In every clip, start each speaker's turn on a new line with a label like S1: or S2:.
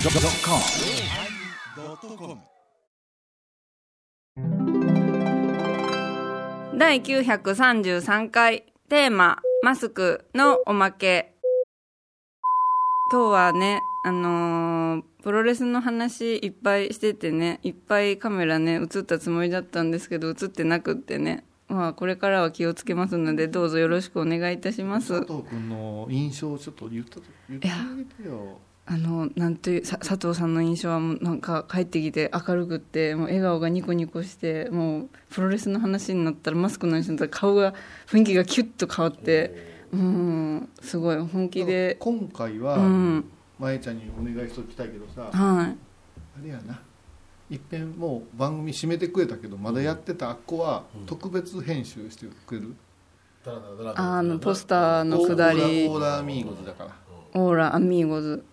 S1: YONNIRI.com
S2: 第933回テーマ「マスクのおまけ」今日はねあのープロレスの話いっぱいしててねいっぱいカメラね映ったつもりだったんですけど映ってなくってねまあこれからは気をつけますのでどうぞよろしくお願いいたします
S3: 佐藤君の印象をちょっと言ったと言ってあげてよ
S2: あのなんていうさ佐藤さんの印象はもうなんか帰ってきて明るくってもう笑顔がニコニコしてもうプロレスの話になったらマスクの話になったら顔が雰囲気がキュッと変わってうんすごい本気で
S3: 今回
S2: う
S3: は、
S2: ん
S3: まえちゃんにお願いしときたいけどさあ
S2: は
S3: れやないっぺんもう番組締めてくれたけどまだやってたあっこは特別編集してくれる、
S2: いあのポスター
S3: オ
S2: の
S3: ー
S2: く
S3: ダ
S2: だ
S3: ー
S2: り
S3: オーダーミーゴズだから
S2: オーラアミーゴズ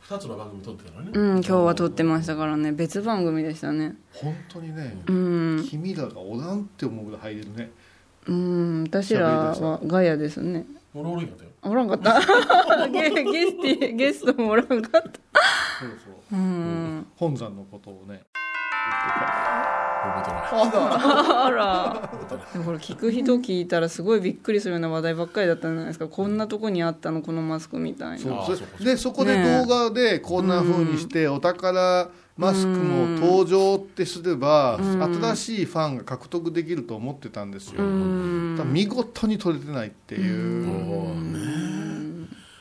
S4: 二つの番組撮ってたのね、
S2: うん今日は撮ってましたからね別番組でしたね
S3: 本当にね、
S2: うん
S3: 君らがおらんって思うぐらい入れるね
S2: うん私らはガヤですね
S4: もうロールインやったよ
S2: おらんかった ゲゲスティゲストもおらんかった
S3: そうそ
S2: う
S3: う
S2: ん
S3: 本山のことをね
S4: 覚えてな
S2: あ
S4: い
S2: ら でもこれ聞く人聞いたらすごいびっくりするような話題ばっかりだったんじゃないですかこんなとこにあったのこのマスクみたい
S3: そ
S2: な
S4: あー
S3: うそ
S4: そうかそうか
S3: でそこで
S2: ねえ
S3: 動画でこんな風にしてお宝マスクも登場ってすれば新しいファンが獲得できると思ってたんですよただ見事に撮れてないっていう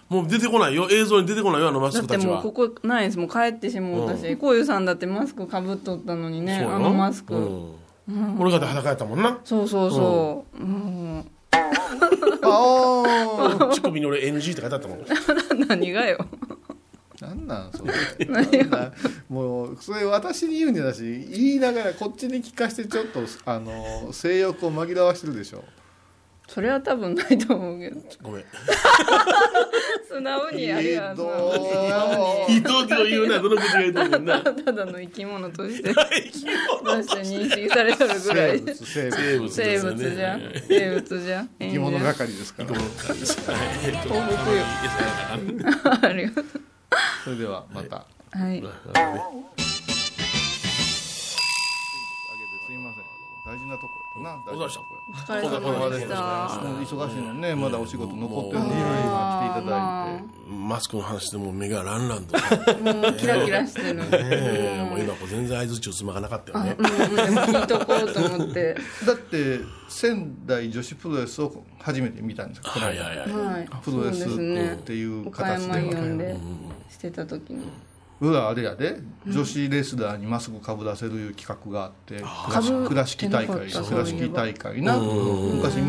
S4: もう出てこないよ映像に出てこないよあのマス
S2: だっ
S4: ク
S2: て
S4: たち
S2: もう
S4: は
S2: ここないですもう帰ってしもうたしこういうさんだってマスクかぶっとったのにね
S4: そうよ
S2: あのマスク、
S4: うん俺が裸やったもんな
S2: そうそうそう、うん、
S3: あ
S4: 乳首に俺 NG って書いてあったもん
S2: 何がよ
S3: あなんなんそれなんなんもうそれ私に言うんじゃなし言いながらこっちに聞かしてちょっとあの性欲を紛らわしてるでしょ
S2: それは多分ないと思うけど
S4: ごめん
S2: 素直にありがと
S3: ひどいう
S4: 伊藤を言うなどの口が言うとんねんな
S2: ただの生き物としてとして認識されとるぐら
S3: 生
S2: い
S3: 物生物
S4: 生物で
S2: 生
S4: すよね
S2: 物じゃん生物じゃん
S3: 生き物係ですから
S2: 東北よありがとう
S3: それではまた、
S2: はい
S3: あげてすいません大事なとこやな
S4: お
S3: 大
S4: 疲
S3: 事
S4: れ
S3: な
S4: 様でし
S2: お疲れ様で
S4: た
S2: した。
S3: とこや忙しいのにねまだお仕事残ってるのに
S2: うん
S3: 今来ていただいて
S4: マスクの話でもう目がランランと、ね
S2: もうキラキラしてる。うん
S4: えもう今こう全然相づちをつまがなかったよね
S2: でも聞いとこうと思って。
S3: だって仙台女子プロレスを初めて見たんですよこの
S4: はいはいはい、
S2: はい。
S3: プロレス
S2: そうですね
S3: っ。ていう
S2: 岡
S3: 形で
S2: 山
S3: は
S2: イオンでしてた時に。
S3: 裏あれやで女子レスラーにマスクかぶらせるいう企画があって
S2: ー
S3: 倉敷大
S2: 被って
S3: 会
S2: なかった
S3: 倉敷大会な昔道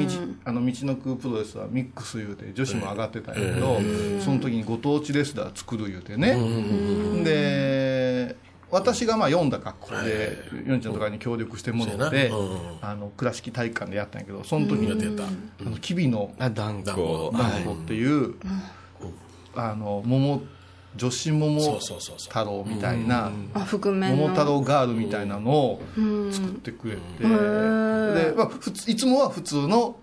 S3: あの道の空プロレスはミックス言うて女子も上がってたんやけどその時にご当地レスラー作る言うてねで私がまあ読んだ格好でヨンちゃんとかに協力してもらって
S4: そうやな
S3: あの倉敷体育館でやったんやけどその時
S4: やって
S3: に
S4: た
S3: あの吉備の
S5: あ断固
S3: ダンボっていうあの桃女子
S4: そ
S3: 桃
S4: うそうそうそう
S3: 太郎みたいな
S2: あ、覆面
S3: 桃
S2: の。
S3: 太郎ガールみたいなのを作ってくれて、でまあ、普通いつもは普通の,、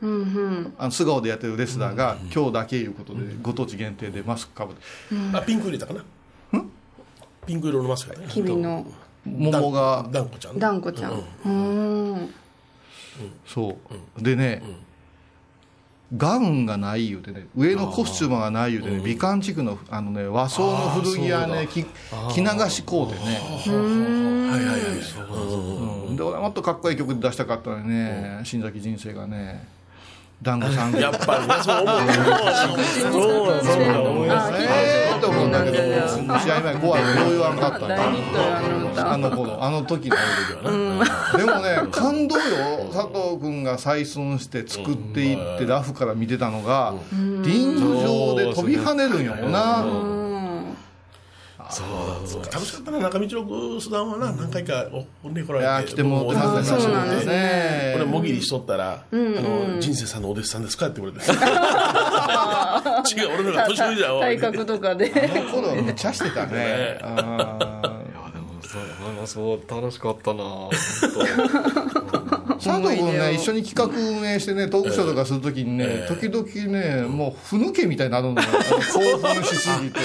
S3: あの素顔でやってるレスラーが、今日だけいうことでご当地限定でマスクかぶって
S4: あピンク入れたかなピンク色のマスクやったね
S2: 君の
S3: 桃が
S4: ダンコちゃんね
S2: ダンコちゃん。うん。
S3: そうでね、ガウンがない言うてね上のコスチュームがない言うてね美観地区のあの、ね、和装の古着屋ねき着流しこうてね
S4: はいはいはいうん
S3: うんで俺はもっとかっこいい曲で出したかったのにね新崎人生がね団子さん
S4: やっぱりなそう思うよそうなんそうなん思いますね
S3: えーと思うんだけど、試合前、怖い、どう言わんかった
S2: 大ヒットよ、あの歌。
S3: あの頃、あの時のでもね、感動よ、佐藤君が採寸して作っていって、ラフから見てたのが、リング上で飛び跳ねるんやもんな。
S4: そうか楽しかったな中道六須田はな何回かおおねこら
S3: い
S4: れ
S3: やー、来てもらってました
S2: そうなんです
S3: ね
S4: 俺もぎりしとったら「あの人生さんのお弟子さんですか?」って言われて違う俺の方が年上じゃんおい
S2: 体格とかで。
S3: あの頃はめっちゃしてたね。あー
S5: あでもそうそう楽しかったな本当
S3: 佐藤君ね、一緒に企画運営してね、トークショーとかするときにね、時々ね、もう、ふぬけみたいになる んだよ。興奮しすぎて、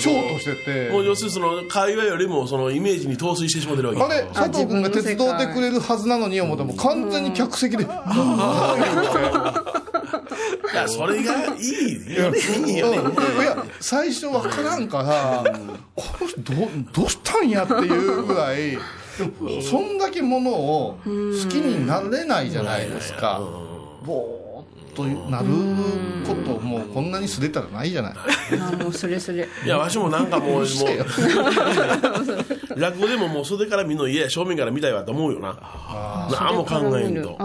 S3: ショートしてて。
S4: もう要するにその会話よりもそのイメージに陶酔してしまってるわけ
S3: あれ、佐藤君が手伝ってくれるはずなのに思っても、完全に客席で、
S4: いや、それがいい よね。いいよね。
S3: いや、最初わからんから、この人ど、どうしたんやっていうぐらい、そんだけものを好きになれないじゃないですか。ぼーっとなることもうこんなにすれたらないじゃない。
S6: あもうそれそれ。
S4: いや、 わしもなんかもう、もう、落語でももう袖から見の家、正面から見たいわと思うよな。何も考えんと。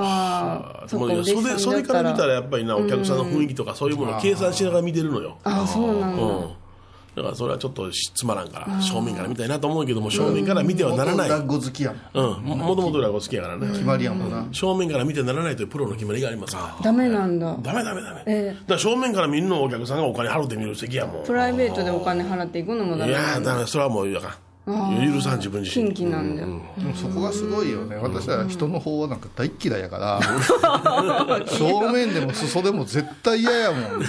S4: 袖袖から見たらやっぱりな、お客さんの雰囲気とかそういうものを計算しながら見てるのよ。
S6: あ、そうなんだ。
S4: だからそれはちょっとつまらんから、正面から見たいなと思うけども、正面から見てはならない。
S3: 落語好きや
S4: うん、もともと落語好きやからね。
S3: 決まりやもんな。
S4: 正面から見てならないというプロの決まりがありますから。
S6: ダメなんだ。
S4: ダメダメダメ。えだから正面から見るのお客さんがお金払って見る席やもん。
S6: プライベートでお金払っていくのもダメ。
S4: いやダメ、それはもう、だから。許さん自分自
S6: 身近なんだよ、
S3: でもそこがすごいよね私は人の方はなんか大嫌いやから正面でも裾でも絶対嫌やもん、ね、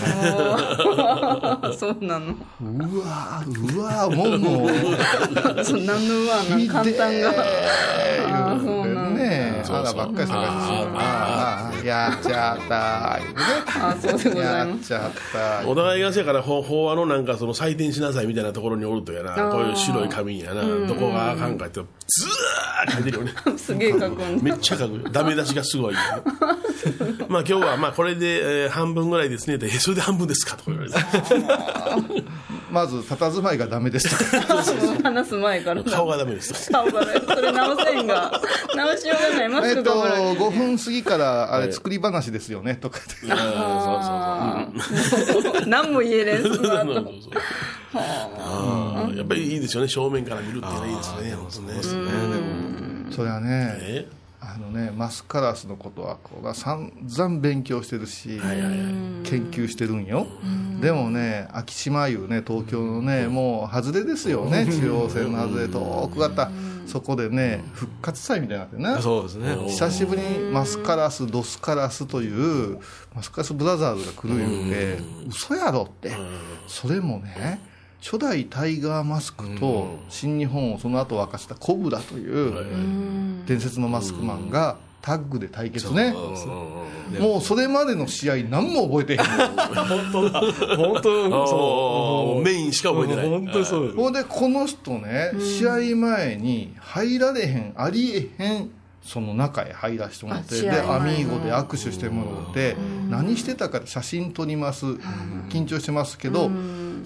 S6: そうなの
S3: うわうわもうもう
S6: そう何のうわなん 簡単が
S3: ああそうなんねえあらばっかり探してしまうやっちゃった
S6: あそうでござい
S3: ますやっちゃった
S4: お互いがせやから法話のなんかその採点しなさいみたいなところにおるとやなこういう白い紙にどこがあかんかってずー書いてるよね
S6: すげえ書く
S4: めっちゃ書く ダメ出しがすごいまあ今日はまあこれで、えー、半分ぐらいですねって「それで半分ですか」とか言わ れて
S3: まず佇まいがダメでした
S6: 話す前から
S4: 顔がダメでした
S6: 顔がねそれ直せんが直しようがないマスクがえっと
S3: 5分過ぎからあれ作り話ですよねとか
S6: そうそうそう何も言えれんその後
S4: はあ、やっぱりいいですよね正面から見るっていうのはいいですね
S3: そうですねそれはねあのねマスカラスのことはこう散々勉強してるし、研究してるんよ、でもね昭島いうね東京のね、もう外れですよね中央線の外れ遠くがったそこでね復活祭みたいになってね
S5: そうですね
S3: 久しぶりにマスカラスドスカラスというマスカラスブラザーズが来る言うて、ん、嘘やろって、それもね初代タイガーマスクと新日本をその後沸かしたコブラという伝説のマスクマンがタッグで対決ねもうそれまでの試合何も覚えてへん
S5: 本当だ本当
S4: そうメインしか覚えてない
S5: 本当そうです
S3: ほんでこの人ね試合前に入られへんありえへんその中へ入らせてもらってでアミーゴで握手してもらって何してたか写真撮ります緊張してますけど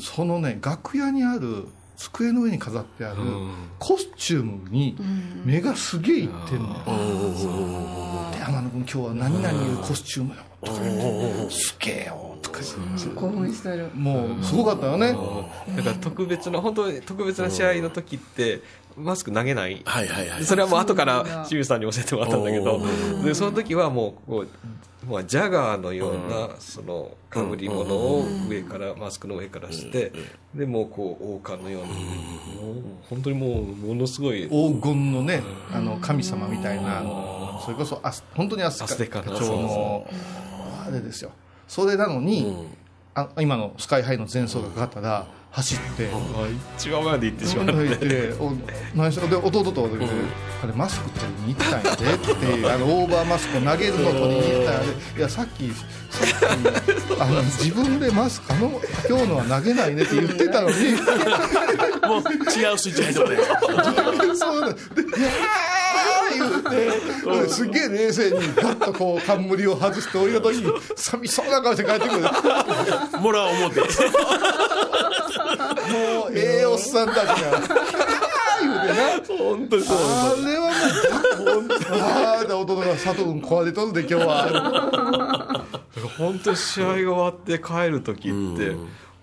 S3: そのね楽屋にある机の上に飾ってあるコスチュームに目がすげえいってんのよ「で天野君今日は何々いうコスチュームよ」とか言って「すげえよ」とか
S6: 興奮してる
S3: もうすごかったよね
S5: だから特別な本当に特別な試合の時ってマスク投げない、
S4: はいはいはい、
S5: それはもう後から清水さんに教えてもらったんだけどでその時はもうこう、まあ、ジャガーのような、うん、そのかぶり物を上から、マスクの上からして、うん、でもうこう王冠のような、うん、本当にもうものすごい
S3: 黄金のねあの神様みたいなそれこそあ本当にアステカ課長のあれですよそれなのに、あ今のスカイハイの前奏がかかったら、走って
S5: 一番前で行ってしまって
S3: で弟と弟で、あれマスク取りに行ったんやでって いうあのオーバーマスクを投げるの取りに行ったんやでいやさっきあの自分でマスクあの今日のは投げないねって言ってたのに
S4: もう違うスイッチ入って
S3: ねそうだ言うてすげえ冷静にガッとこう冠を外して降りた時に寂しそうな顔して帰ってくる
S4: もらおう思って。
S3: もうええおっさんたちが。
S4: 本当にそう
S3: あれはもうああだ弟が佐藤君壊れとるで今日は
S5: 本当に試合が終わって帰る時って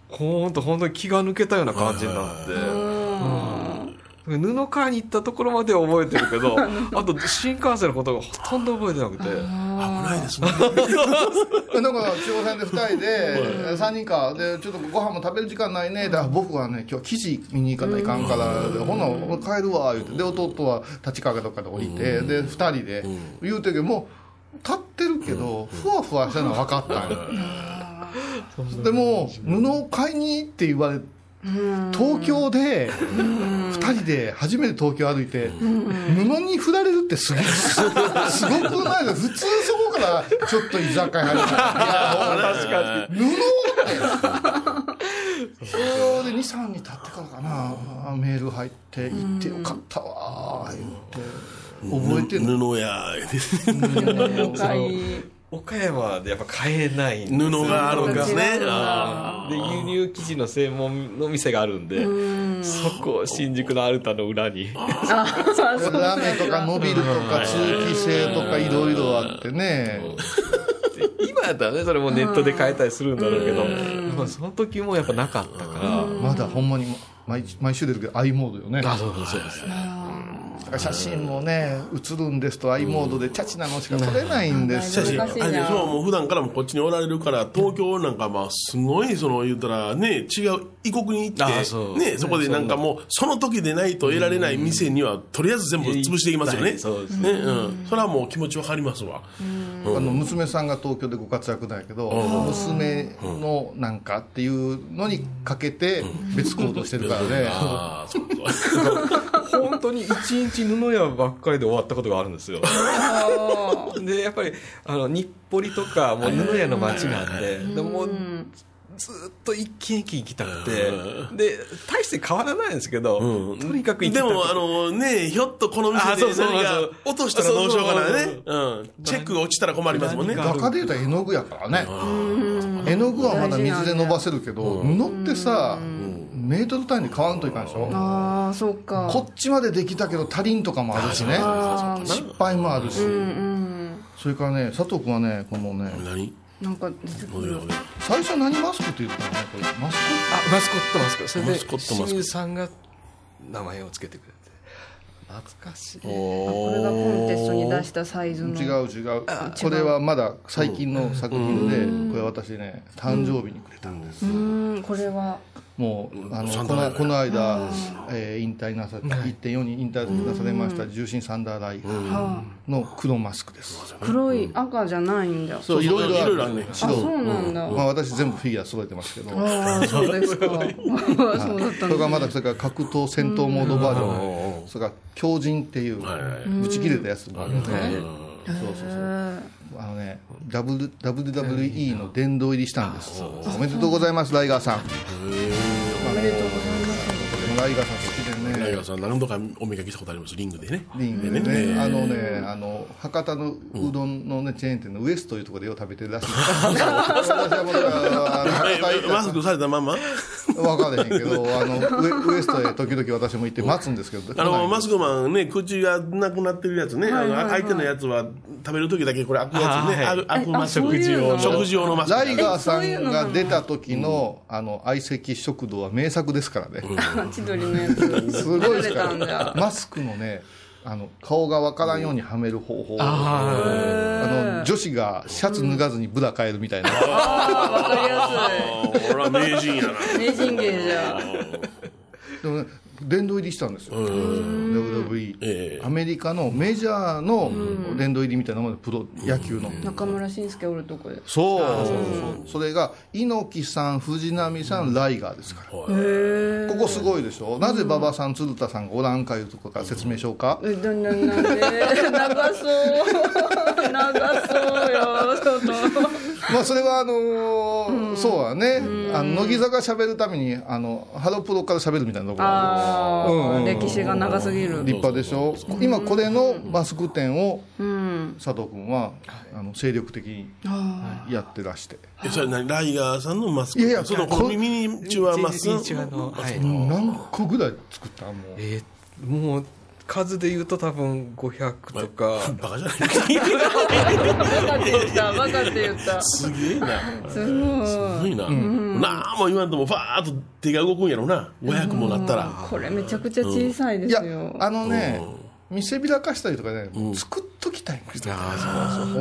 S5: 本当本当に気が抜けたような感じになって布川に行ったところまでは覚えてるけどあと新幹線のことがほとんど覚えてなくて
S4: 危ないですね。
S3: だから中央線で2人で3人かでちょっとご飯も食べる時間ないねだから僕はね今日記事見に行かないかんからでほな俺帰るわ言うてで弟は立川かどっかで降りてで2人で言うてるけどもう立ってるけどふわふわしたのは分かったんよでも布を買いにって言われて。東京で2人で初めて東京歩いて布に振られるってすごいすごくないです普通そこからちょっと居酒屋入るいや確かに布ってそれで23に経ってからかなメール入って「行ってよかったわ」言って覚えてる
S4: 布や
S5: ー岡山でやっぱ買えないんです
S4: 布があるんですね。
S5: で輸入生地の専門の店があるんでそこ新宿のアルタの裏に
S3: ラーメンとかモビルとか通気性とかいろいろあってね。
S5: 今やったらねそれもネットで買えたりするんだろうけどまあその時もやっぱなかったから
S3: まだほんまに毎毎週出るけど i モードよね。
S4: あそうそうそうです
S3: 写真もね映るんですと i モードでチャチなのしか撮れないんです
S4: しかし、あれでしょ、もう普段からもこっちにおられるから、東京なんか、まあ、すごい、その、言ったら、ね、違う、異国に行
S5: あ
S4: っ
S5: あ
S4: て
S5: そ、う
S4: ね、そこでなんかもう、その時でないと得られない店には、とりあえず全部潰していきますよ
S5: う
S4: ね。
S5: んそうです
S4: ね。うん。それはもう気持ちわかりますわ。
S3: あの娘さんが東京でご活躍だけど、娘のなんかっていうのにかけて別行動してるからね、
S4: ああ、そうそう。
S5: 本当に一日布屋ばっかりで終わったことがあるんですよでやっぱりあの日暮里とかもう布屋の街なんででもうずっと一軒一軒行きたくてで大して変わらないんですけどとにかく行き
S4: で
S5: たくて
S4: も、あの、ね、ひょっとこの店
S5: あ
S4: で
S5: そうそう
S4: 何
S5: そ
S4: か
S5: う
S4: 落としたらどうしようかな
S5: そう
S4: ね。うん。チェックが落ちたら困りますもんね。
S5: 何が
S3: 画家でいうと絵の具やからね、絵の具はまだ水で伸ばせるけど、布ってさ、メートル単位で買わんといかんでしょ、
S2: ああそうか
S3: こっちまでできたけど足りんとかもあるしね
S4: あ
S3: 失敗もあるし、それからね佐藤君はねこのね
S4: 何
S2: なんか出てくる
S3: 最初何マスクって言ってたのねこれマスク
S5: あマスコットマスコットそれ
S4: マ
S5: で
S4: スコットマスコット
S5: 清水さんが名前をつけてくれて懐かしい
S2: これがコンテストに出したサイズの
S3: 違う違うこれはまだ最近の作品でこれ私ね誕生日にくれたんです
S2: うんこれは
S3: もうあのこのこの間、えー引退なさ1.4に引退なされました重心サンダーライハーの黒マスクです
S2: 黒い赤じゃないんだ
S3: そういろいろあ
S4: いろいろあるね
S3: る
S2: あ
S3: 白
S2: そうなんだ
S3: まあ私全部フィギュア揃えてますけどそ
S2: ああそうですかそうだった
S3: れ
S2: の
S3: がまだそれから格闘戦闘モードバージョンそれから強靭っていうぶち切れたやつもあるよねそうそうそうあのね、W- WWE の殿堂入りしたんです。おめでとうございます、ライガーさん。おめでとうございます。ライガーさん好きで
S4: 大
S3: ね。
S4: 学さん、何度かお見かけしたことあります、リングでね。
S3: リングでね、あのね、あの博多のうどんのね、チェーン店のウエストというところでよう食べて るらしい。私は僕はあの
S4: え
S3: 博多行った
S4: マスクされたまんま
S3: ら分からへんけど、あのウエウエストへ時々私も行って待つんですけど。
S4: あのマスクマンね、口がなくなってるやつね、あの相手のやつは食べるときだけこれ開くやつね、
S5: あ
S4: あ
S5: ー
S4: る開く
S2: あ
S4: マスク、
S2: そういうの
S4: 食事用のマスク。
S3: ライガーさんが出た時の、あの相席食堂は名作ですからね。
S2: 千鳥のやつ
S3: すごいで
S2: 出
S3: す
S2: て
S3: か
S2: たん
S3: ら
S2: だ
S3: マスクのねあの顔がわからんようにはめる方法あの女子がシャツ脱がずにブラ変えるみたいな、
S2: わかりや
S4: あー俺は名人やな。
S2: すい名人芸じゃ
S3: でもね殿堂入りしたんですよ WWE、
S4: ええ
S3: アメリカのメジャーの殿堂入りみたいなものでプロ野球の、
S2: 中村信介おるとこで
S3: そうそれが猪木さん藤波さん、ライガーですから、ここすごいでしょなぜ馬場さん鶴田さんがおらんかいうとこから説明しようか、
S2: えだんだんなんで 長そう長そうよちょっと
S3: まあそれはあのーそうはね、あの乃木坂喋るためにあのハロプロから喋るみたいなところ
S2: ああ、歴史が長すぎる
S3: 立派でしょ今これのマスク店を佐藤君はあの精力的にやってらして
S4: えそれ何ライガーさんのマスク。
S3: いやいや
S4: そのこの耳にチュアマスク。
S5: 中のはい
S3: 何個ぐらい作ったもう
S5: えーもう数で言うと多分500とか、
S4: バカじゃない
S2: バカって言ったバカって言った
S4: すげえな。
S6: すごい
S4: すごいな。なあも言わんとも、ファーっと手が動くんやろな。500もなったら。
S6: これめちゃくちゃ小さいで
S3: い
S6: す
S3: や
S6: よ、
S3: あのね、見せびらかしたりとかね、作っときたいんですよ。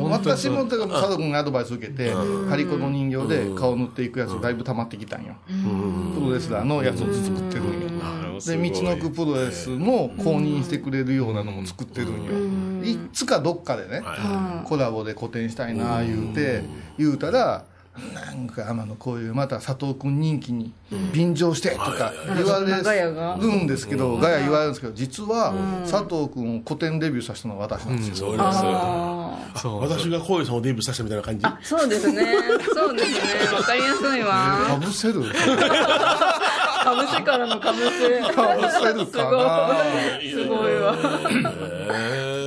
S3: 私も、だから佐藤君にアドバイス受けて、張り子の人形で顔塗っていくやつ、だいぶ溜まってきたんよ。プロレスラーのやつを作ってるんよ。で、道のくプロレスも公認してくれるようなのも作ってるんよ。いつかどっかでね、コラボで個展したいな言うて、言うたら、なんか天野こういうまた佐藤君人気に便乗してとか言われ
S2: ガヤが
S3: るんですけど、ガヤ言われるんですけど、実は佐藤君を古典デビューさせたのは私なんですよ。
S4: そうなんですよ。
S2: あ
S5: そう
S4: 私がこういうさんをデビューさせたみたいな感じ。
S2: ーそうですねそうですねわかりやすいわ
S3: かぶせる
S2: かぶせからのか ぶせ
S3: かぶせるか
S2: すごいわ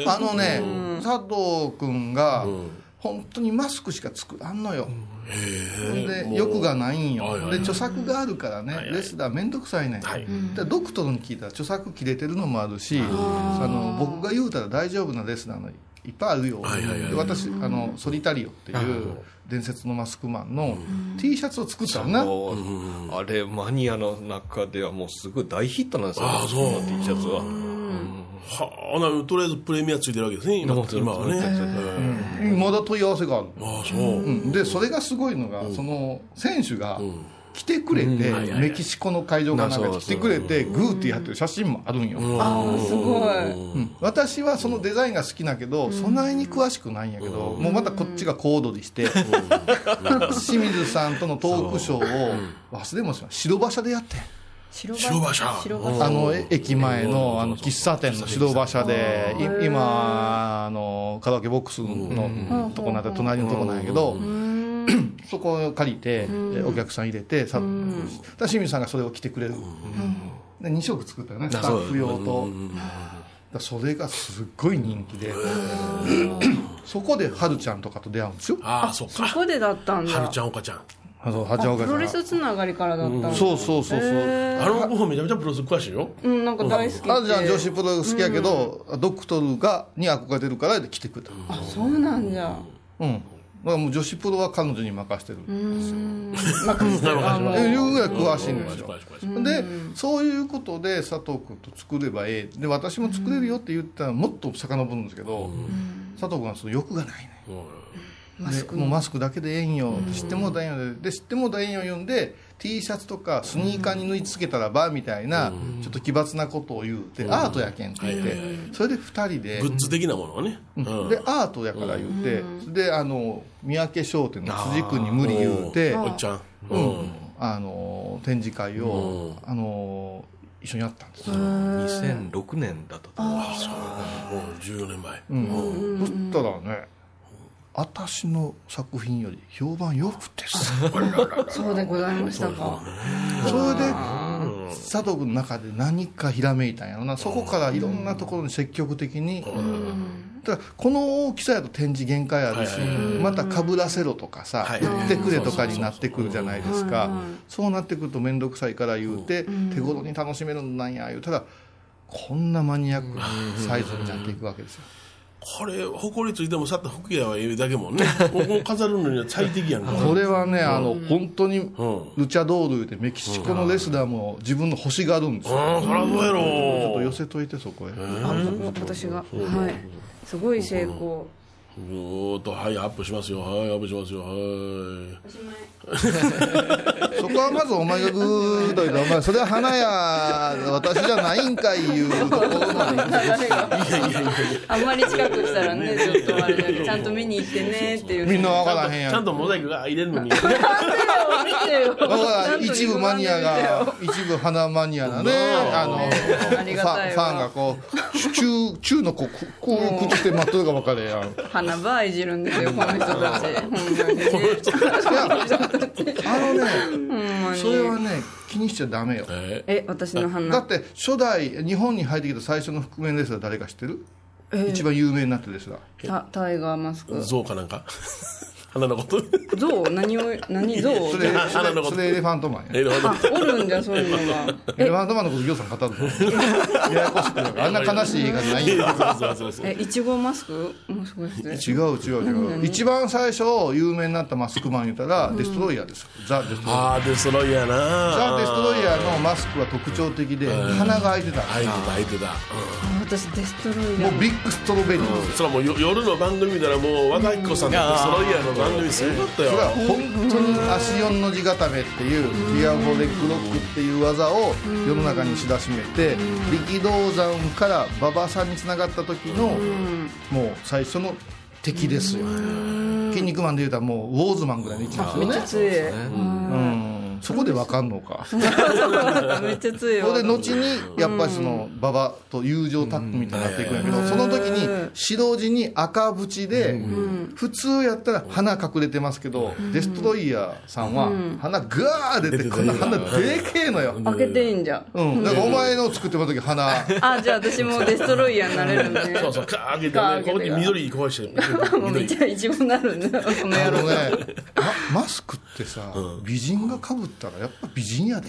S3: なあのね佐藤君が本当にマスクしか作らんのよ、で欲がないんよ、で著作があるからね、レスラー面倒くさいねん、
S4: はい
S3: でドクトルに聞いたら著作切れてるのもあるし、あの僕が言うたら大丈夫なレスラーのいっぱいあるよ、
S4: はいはいはい
S3: で私あのソリタリオっていう伝説のマスクマンの T シャツを作ったのな、
S5: もうあれマニアの中ではもうすごい大ヒットなんですよ
S4: ああそう
S5: の T シャツは
S4: はあ、なとりあえずプレミアついてるわけですね、今
S5: もちろん
S4: 今はね。
S5: ついてるついて
S4: うん
S3: まだ問い合わせがある
S4: ああ、そう。
S3: うん、でそれがすごいのが、その選手が来てくれて、
S4: はいはい
S3: メキシコの会場かなんかで来てくれて、グーってやってる写真もあるんよ、
S2: あーすごい
S3: うん私はそのデザインが好きだけど、そんなに詳しくないんやけど、もうまたこっちが小躍りして、清水さんとのトークショーを忘れもしない白馬車でやってん
S2: 白
S4: 白馬車
S2: 白
S4: う
S2: 馬
S4: ん
S2: 車
S3: あのえ駅前のあの喫茶店の指導馬車で、い今あの、カラオケボックスのとこなんて、隣のとこなんやけど、 そこを借りて、でお客さん入れて、さだから清水さんがそれを着てくれる、で2色作ったよね、スタッフ用と。だからそれがすっごい人気で、 そこではるちゃんとかと出会うんですよ、
S4: ああ、そっ
S2: そ
S4: か。
S2: こでだったんだ
S4: はるちゃん、おかちゃん。
S3: あのはるちゃん
S2: あ
S3: お
S2: プ
S3: か
S2: ロレ
S3: ちゃ
S2: スつながりからだったんだ
S3: ん。そうそうそうそう。
S4: あの子めちゃめちゃプロレス詳しいよ。
S2: うんなんか大好き
S3: あるちゃん女
S2: で
S3: 子プロ好きやけど、ドクトルがに憧れてるから来てくれた。
S2: あそうなんじゃ
S3: うん。だからもう女子プロは彼女に任してる。
S4: なるほど
S3: えいうぐらい詳しいんですよ
S4: 詳。しい詳しい
S3: で、そういうことで佐藤君と作ればええ。で、私も作れるよって言ったらもっと遡るんですけど、佐藤君はその欲がないね。でもうマスクだけでええんよ。知ってもうたらええんよ。で、知ってもうたらええんよ読んで、T シャツとかスニーカーに縫い付けたらば、みたいな、ちょっと奇抜なことを言うて、アートやけんって言って、それで二人で
S4: グ、ッズ的なものはね。うん
S3: でアートやから言うて、であの三宅商店の辻君に無理言うて
S4: おっちゃん。うん。
S3: あの展示会を、あの一緒にやったんですよ、
S5: 2006年だったと思う
S4: もう14年前。
S3: うんそしたらね私の作品より評判よくてさそれで
S2: そうでございましたか
S3: 佐藤君の中で何かひらめいたんやろなそこからいろんなところに積極的に、ただこの大きさやと展示限界あるし、またかぶらせろとかさ、
S4: はい
S3: 言ってくれとかになってくるじゃないですか、そうなってくると面倒くさいから言うて、手頃に楽しめるんなんや言うたらこんなマニアックなサイズになっていくわけですよ、
S4: これ、誇りついても去った服屋は言うだけもん ね。僕も飾るのには最適やんか。
S3: これはね、あの本当にルチャドール言うてメキシコのレスラーも自分の星があるんですよ、
S4: うん、そらそうや
S3: ちょっと
S4: ろ。
S3: 寄せといてそこへ、
S2: あ私がはいすごい成功
S4: ずーっと、はい、アップしますよ。はい、アップしますよ。はい。
S3: そこはまずお前がグーッと言うてお前それは花屋私じゃないんかいいうところまで
S2: あんまり近くしたらねちょっとあれだけどちゃんと見に行ってねっていう
S3: みんな分
S4: ち
S3: か
S4: ゃん
S3: らへ
S4: と
S3: ん
S4: ち
S3: や
S4: ゃん
S3: ん
S4: とモザイクが入れる のに。
S2: 見てよ
S3: だから一部マニアが一部花マニアなねあの
S2: あり
S3: フ
S2: が
S3: ァ
S2: た
S3: ン
S2: い
S3: ファンが
S2: わ
S3: こう中中のこうここう口して待っとるか分かれへんやんい
S2: 花ばいじるんですよこの人たちほんまにね
S3: やあのねそれはね気にしちゃダメよ
S4: え
S2: え私の
S3: だ
S2: 花
S3: って初代日本に入ってきた最初の覆面レスラー誰か知ってる一番有名になったレスラー
S2: タタイガーマスク
S4: ー、象かなんか。花のこと
S2: 象何を何象
S3: そ れ
S4: あ
S3: そ
S4: なる
S3: れ
S4: ほど
S3: それエレファントマンや
S4: え
S3: エ
S4: るほど
S2: あおるんじゃそういうのが
S3: レファントマンのことぎょうさん語るの ややこしくなるあんな悲しい映画ないよ
S4: そうそうそう
S2: えいちごマスクもすごいですね
S3: 違う違う違う一番最初有名になったマスクマン言ったらデストロイヤーですよザ・デストロイヤー
S4: ああデストロイヤーな
S3: ザ・デストロイ
S4: ー
S3: ヤーのマスクは特徴的で鼻が開いてた
S4: 相手だ相手だ
S2: あ私デストロイ
S3: も
S2: ヤ
S3: う
S2: ー
S3: ビッグストロベリーです
S4: それはもうよ夜の番組ならもう和田アキ子さんのデストロイヤーの番組すごかったよ
S3: それは本当に足4の字固めっていうギアボレックロックっていう技を世の中に知らしめて力道山から馬場さんにつながった時のもう最初の敵ですよ「筋肉マン」でいうたらもうウォーズマンぐらいの位置ですよ
S2: めっちゃ
S3: ね
S2: 強い
S3: うんそこで分かんのかそ
S2: めっちゃ強い
S3: こで後にやっぱりその馬場と友情タッグみたいになっていくんやけどその時に白地に赤縁で普通やったら花隠れてますけどデストロイヤーさんは花ガー出てこんな花でけえのよ
S2: 開けていいんじゃ
S3: うん、だからお前の作ってもらった時花
S2: あじゃあ私もデストロイヤーになれるんで
S4: そうそうカーッ
S2: カーッ
S4: 開けてねここに緑こうして
S2: もうめっ
S4: 緑
S2: ちゃいちごになるんだこの野
S3: あの
S2: 郎
S3: ねまマスクってさ美人がかぶったらやっぱ美人やで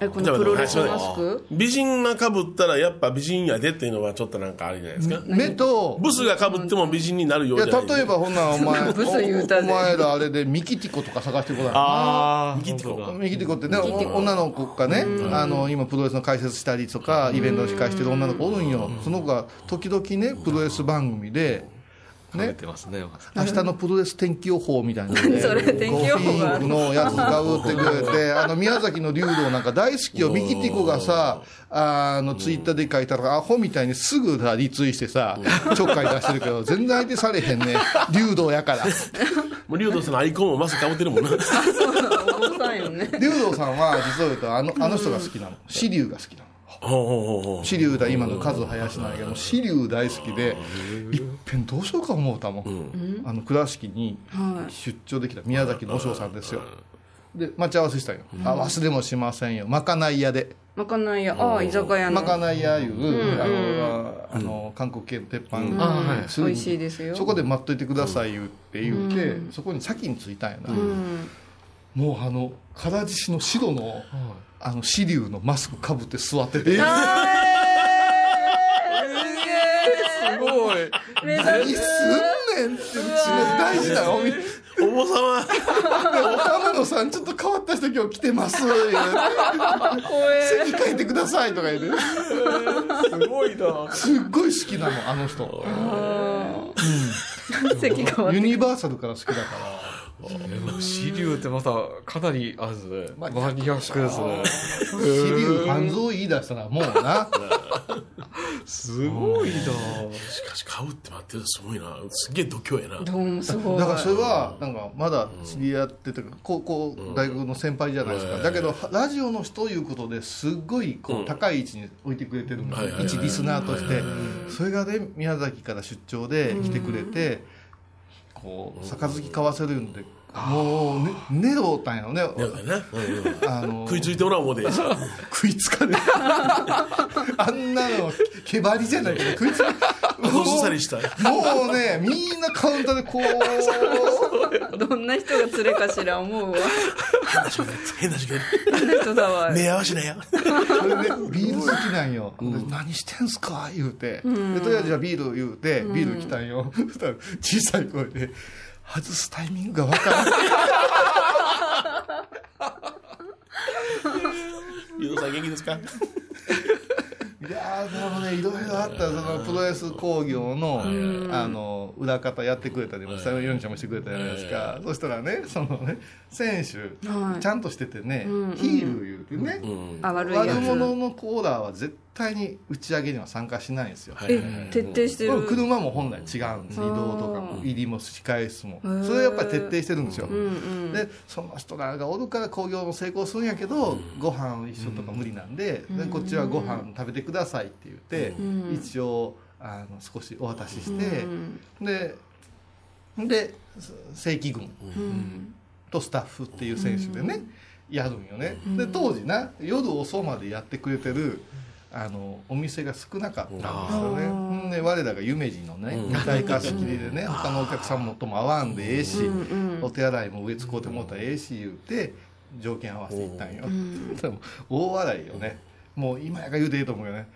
S2: えこのプロレスのマスク
S4: 美人がかぶったらやっぱ美人やでっていうのはちょっとなんかあれじゃないですか
S3: 目と
S4: ブスがかぶっても美人になるよ
S3: いう
S4: じ
S3: や
S4: ゃない
S3: 例えばほんならお前お
S2: ブス言うた
S3: お
S2: で
S3: 前らあれでミキティコとか探してこない
S5: ああ
S4: 右手こう
S3: 右手子ってね、お女の子がね、あの今、プロレスの解説したりとか、イベントを控えしてる女の子おるんよ、その子が時々ね、プロレス番組で、
S5: 食べ
S3: ね、
S5: てますね若さん
S3: 明日のプロレス天気予報みたいなの で、
S2: それ天気予報があ
S3: ゴフィンク
S2: る
S3: のやつがうってくれて、あの宮崎の竜道なんか大好きよ、ミキティコがさ、あのツイッターで書いたら、アホみたいにすぐさ、リツイしてさ、ちょっかい出してるけど、全然相手されへんね、竜道や から。
S4: もうリオドさんのアイコンもマスクかぶってる もんな
S2: そうなのお坊さんよね
S3: 竜道さんは、実を言うと、あのあの人が好きなの、紫龍が好きなの。
S4: ほうほうほうほう
S3: 紫龍だ今の数林なんやけど紫龍大好きでいっぺんどうしようか思うたもん、あの倉敷に出張できた宮崎の和尚さんですよで待ち合わせしたんよ、あ忘れもしませんよまかない屋で
S2: まかないやああ居酒屋の
S3: まかない屋いう、あのあの韓国系の鉄板、
S2: 美味しいですよ
S3: そこで待っといてください言って言って、そこに先に着いたんやな、もうあの唐獅子の白の、あの紫龍のマスクかぶって座ってて、
S5: すごい
S3: 何すんねんってうちの大事なお店
S4: お坊様
S3: 岡野さんちょっと変わった人今日来てます言うて席変えてくださいとか言って
S4: すごいな
S3: すっごい好きなのあの人
S2: 席変わっ
S3: ユ
S2: て
S3: ニバーサルから好きだから
S5: 支流ってまたかなりあれですねマニアックですね
S3: シリウ半蔵言い出したらもうな
S5: すごいな
S4: しかし買うって待ってるすごいなすげえ度胸やな
S2: どうもすごい
S3: だからそれはなんかまだ知り合ってて高校大学の先輩じゃないですかだけどラジオの人いうことですっごいこう高い位置に置いてくれてるんです
S4: はい
S3: よ
S4: はいはい
S3: 一リスナーとしてそれがね宮崎から出張で来てくれてこう杯交わせるんでもうね寝ろうたんやろね
S4: なんかな、うんうん
S3: あの
S4: 食いついておらん思うで
S3: 食いつかれ あんなの毛張りじゃないけど食いつ かれ
S4: どうしたりしたい
S3: もうねみんなカウンターで こう
S2: どんな人が連れかしら思うわ
S4: 変な時間
S2: 変な人だわ
S4: 目合わしなや
S3: そ れでビール好きなんよ、で何してんすか言うて、でとりあえずじゃあビール言うてビール来たんよ、そしたら小さい声で外すタイミングが分からない
S4: リオドさん元気ですか
S3: いやーでもねいろいろあったそのプロレス工業の,、あの裏方やってくれたりもさヨニちゃんもしてくれたじゃないですか、そしたらねそのね選手、
S2: はい
S3: ちゃんとしててね、ヒール言うてね、
S2: あ悪いや
S3: 悪者
S2: つ
S3: のコーラーは絶対に打ち上げには参加しないんですよ、
S4: はいはい
S2: え徹底して
S3: うん
S2: る
S3: 車も本来違うんです移動とかも入りも控え室もそれやっぱり徹底してるんですよ、でその人らがおるから興行も成功するんやけど、ご飯一緒とか無理なんで,、でこっちはご飯食べてくださいって言って、一応あの少しお渡しして、でで正規軍とスタッフっていう選手でね、やるんよね、で当時な夜遅までやってくれてるあのお店が少なかったんですよねんで我らが夢二のね2階貸し切りでね他のお客さんもとも合わんでええしお手洗いも上使うてもうたらええし言うて条件合わせていったんよ でも大笑いよねもう今やから言うてええと思うよね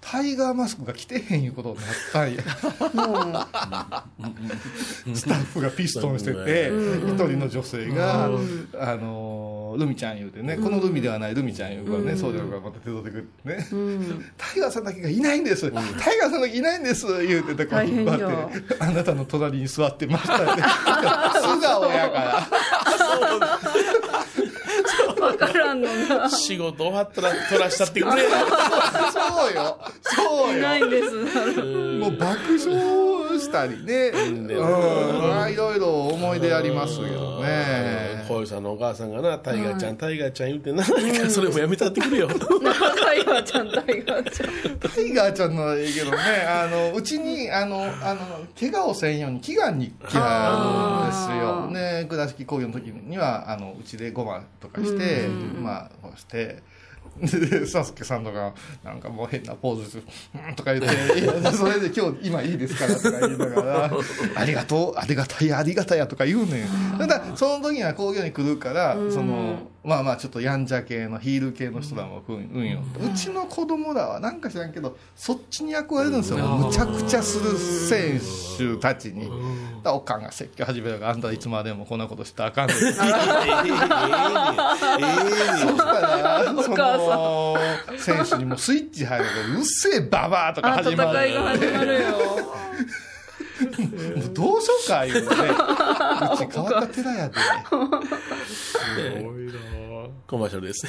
S3: タイガーマスクが来てへんいうことになったんや スタッフがピストンしてて一人の女性が「あのールミちゃん」言うてね「このルミではないルミちゃん」言うからねそうじゃなくまた手伝ってくるね「タイガーさんだけがいないんですタイガーさんだけいないんです」言うてだから
S2: 大変
S3: 引っ
S2: じゃん
S3: 張って「あなたの隣に座ってました」 って素顔やから
S2: わからんのな。
S4: 仕事終わったら取らしたってくれ
S3: そうよそう
S2: い
S3: よ
S2: ないんです。
S3: もう爆笑したりね、うん、いろいろ思い出ありますけどね。
S4: 小遊さんのお母さんがな「タイガーちゃんタイガーちゃん」言うてななんかそれもやめたってくれよ
S2: タイガーちゃん、タイガーちゃん。
S3: タイガーちゃんのはいいけどね、あのうちにあのあの怪我をせんように祈願に来はるんですよ。ね、倉敷工業の時にはあのうちでごまとかして、まあこうして。 でサスケさんとかなんかもう変なポーズするうんとか言 って「いやそれで今日今いいですから」とか言いなが ら「ありがとうありがたいありがたいや」とか言うねんただその時には工業に来るからそのまあまあちょっとやんじゃ系のヒール系の人らも来るんようちの子供らはなんか知らんけどそっちに憧れるんですよむちゃくちゃする選手たちにだからおかんが説教始めるからあんたいつまでもこんなこと したらあかんねんそしたら、その、選手にもスイッチ入るから、うっせえババアとか
S2: あ、
S3: 始ま
S2: 戦いが
S3: る。
S2: 始まるよ。
S3: もうどうしようか、言うて。う ち変わった寺やで。
S4: コマーシャルです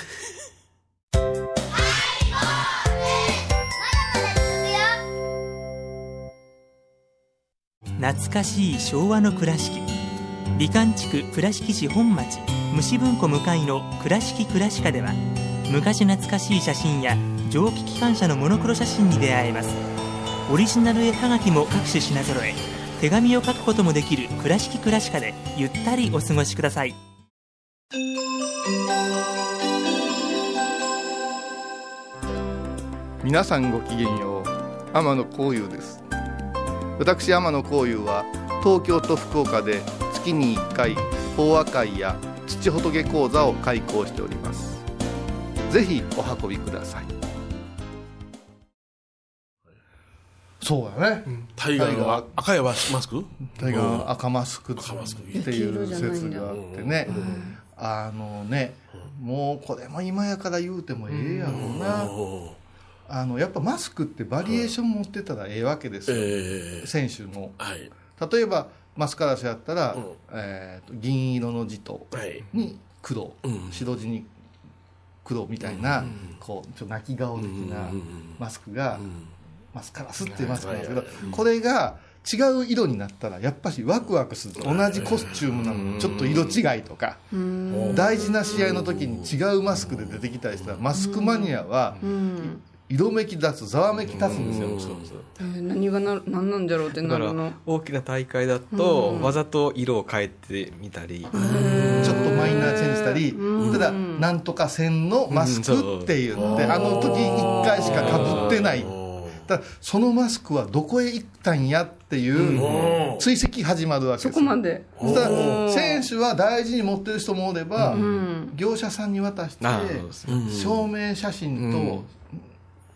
S7: 懐かしい昭和の倉敷美観地区倉敷市本町虫文庫向かいの「倉敷倉歯科」では昔懐かしい写真や蒸気機関車のモノクロ写真に出会えますオリジナル絵はがきも各種品揃え手紙を書くこともできる「倉敷倉歯科」でゆったりお過ごしください
S3: 皆さんごきげんよう天野幸雄です私天野幸雄は東京と福岡で月に1回法和会や土仏講座を開講しておりますぜひお運びくださいそうだね、
S4: タイガーが赤いマスク
S3: タイガー赤マスクって
S4: マスク
S3: いう説があってね、あのね、もうこれも今やから言うてもええやろうな、あのやっぱマスクってバリエーション持ってたらええわけですよ、
S4: ええ
S3: 選手の。
S4: はい
S3: 例えばマスカラスやったら、
S4: うん
S3: えーと銀色の字と
S4: はい
S3: に黒、
S4: うん
S3: 白地に黒みたいな、こうちょっと泣き顔的なマスクが、マスカラスっていうマスクなんですけど、これが違う色になったらやっぱしワクワクする同じコスチュームなのにちょっと色違いとか大事な試合の時に違うマスクで出てきたりしたらマスクマニアは色めき出すざわめき立つんですよ。
S2: えー何がな、何なんじゃろうって
S5: だ
S2: な
S5: か
S2: るの
S5: ら。大きな大会だとわざと色を変えてみたり
S3: ちょっとマイナーチェンジしたり、ただ、なんとか線のマスクって言って、あの時1回しかかぶってない。ただ、そのマスクはどこへ行ったんやっていう追跡始まるわけ
S2: そ
S3: ですよ。
S2: こまで。
S3: そしたら、選手は大事に持ってる人もおれば、業者さんに渡して
S5: ああそうです、
S3: 証明写真と、